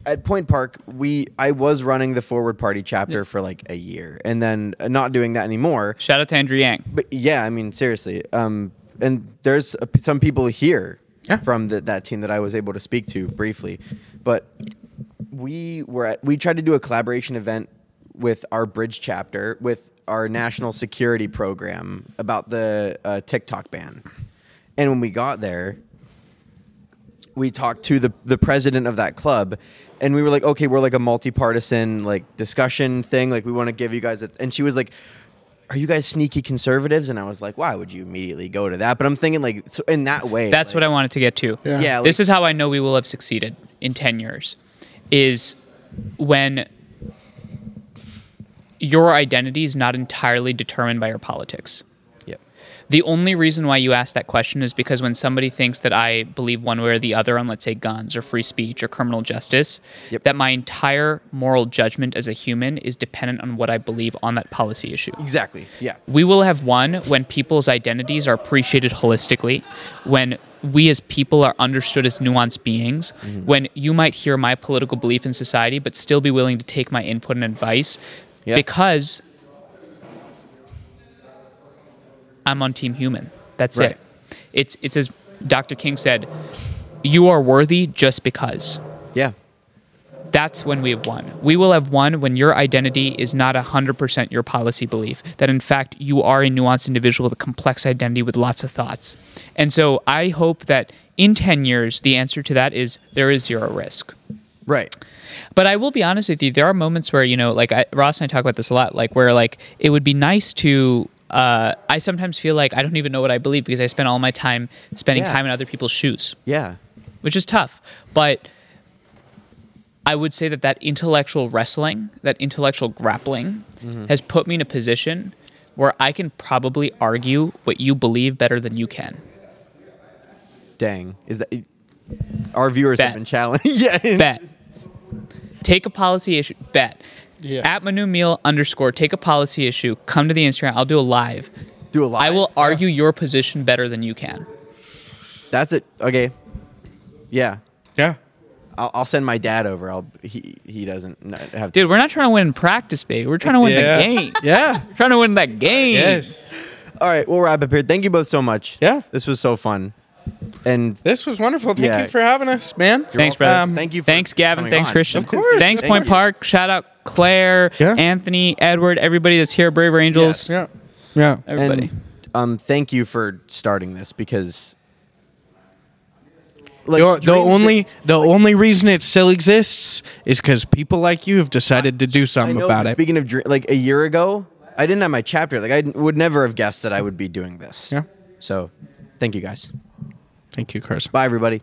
at Point Park, we I was running the Forward Party chapter for like a year, and then uh, not doing that anymore. Shout out to Andrew Yang. But yeah, I mean seriously, um, and there's uh, some people here Yeah. from the, that team that I was able to speak to briefly, but we were at, we tried to do a collaboration event with our bridge chapter with our national security program about the uh, TikTok ban, and when we got there, we talked to the the president of that club and we were like okay we're like a multi-partisan like discussion thing like we want to give you guys a and she was like are you guys sneaky conservatives and i was like why would you immediately go to that but i'm thinking like so in that way That's what I like, wanted to get to. Yeah. Yeah, this like- is how I know we will have succeeded in 10 years is when your identity is not entirely determined by your politics. yeah The only reason why you ask that question is because when somebody thinks that I believe one way or the other on, let's say, guns or free speech or criminal justice, Yep. that my entire moral judgment as a human is dependent on what I believe on that policy issue. exactly yeah We will have one when people's identities are appreciated holistically, when we as people are understood as nuanced beings, Mm-hmm. when you might hear my political belief in society but still be willing to take my input and advice Yeah. because I'm on team human. That's Right. it. It's it's as Dr. King said, you are worthy just because yeah that's when we have won. We will have won when your identity is not 100% your policy belief, that in fact you are a nuanced individual with a complex identity with lots of thoughts. And so I hope that in 10 years, the answer to that is there is zero risk. right But I will be honest with you, there are moments where, you know, like I, Ross and I talk about this a lot, like where like it would be nice to. Uh, I sometimes feel like I don't even know what I believe because I spend all my time spending Yeah. time in other people's shoes yeah which is tough. But I would say that that intellectual wrestling, that intellectual grappling, Mm-hmm. has put me in a position where I can probably argue what you believe better than you can. dang is that our viewers Bet. have been challenged (laughs) yeah Bet. Take a policy issue. Bet. Yeah. At Manu Meal underscore, take a policy issue. Come to the Instagram. I'll do a live. do a lot I will argue your position better than you can. that's it okay yeah yeah I'll, I'll send my dad over i'll he he doesn't n- have Dude, we're not trying to win in practice, baby. We're trying to win yeah. the game. yeah We're trying to win that game. yes All right, we'll wrap up here. Thank you both so much. Yeah. This was so fun. And this was wonderful thank Yeah. you for having us man Thanks, brother. Um, thank you for Thanks, Gavin. coming Thanks, on. Christian. Of course, Thanks, of Point course. Park. Shout out Claire, Yeah. Anthony, Edward, everybody that's here, Braver Angels. yeah yeah Everybody. And um, thank you for starting this because like, the, the dreams only that- the only reason it still exists is because people like you have decided to do I something know, about it Speaking of dr- like a year ago, I didn't have my chapter. Like I d- would never have guessed that I would be doing this. Yeah. So, thank you guys. thank you chris Bye everybody.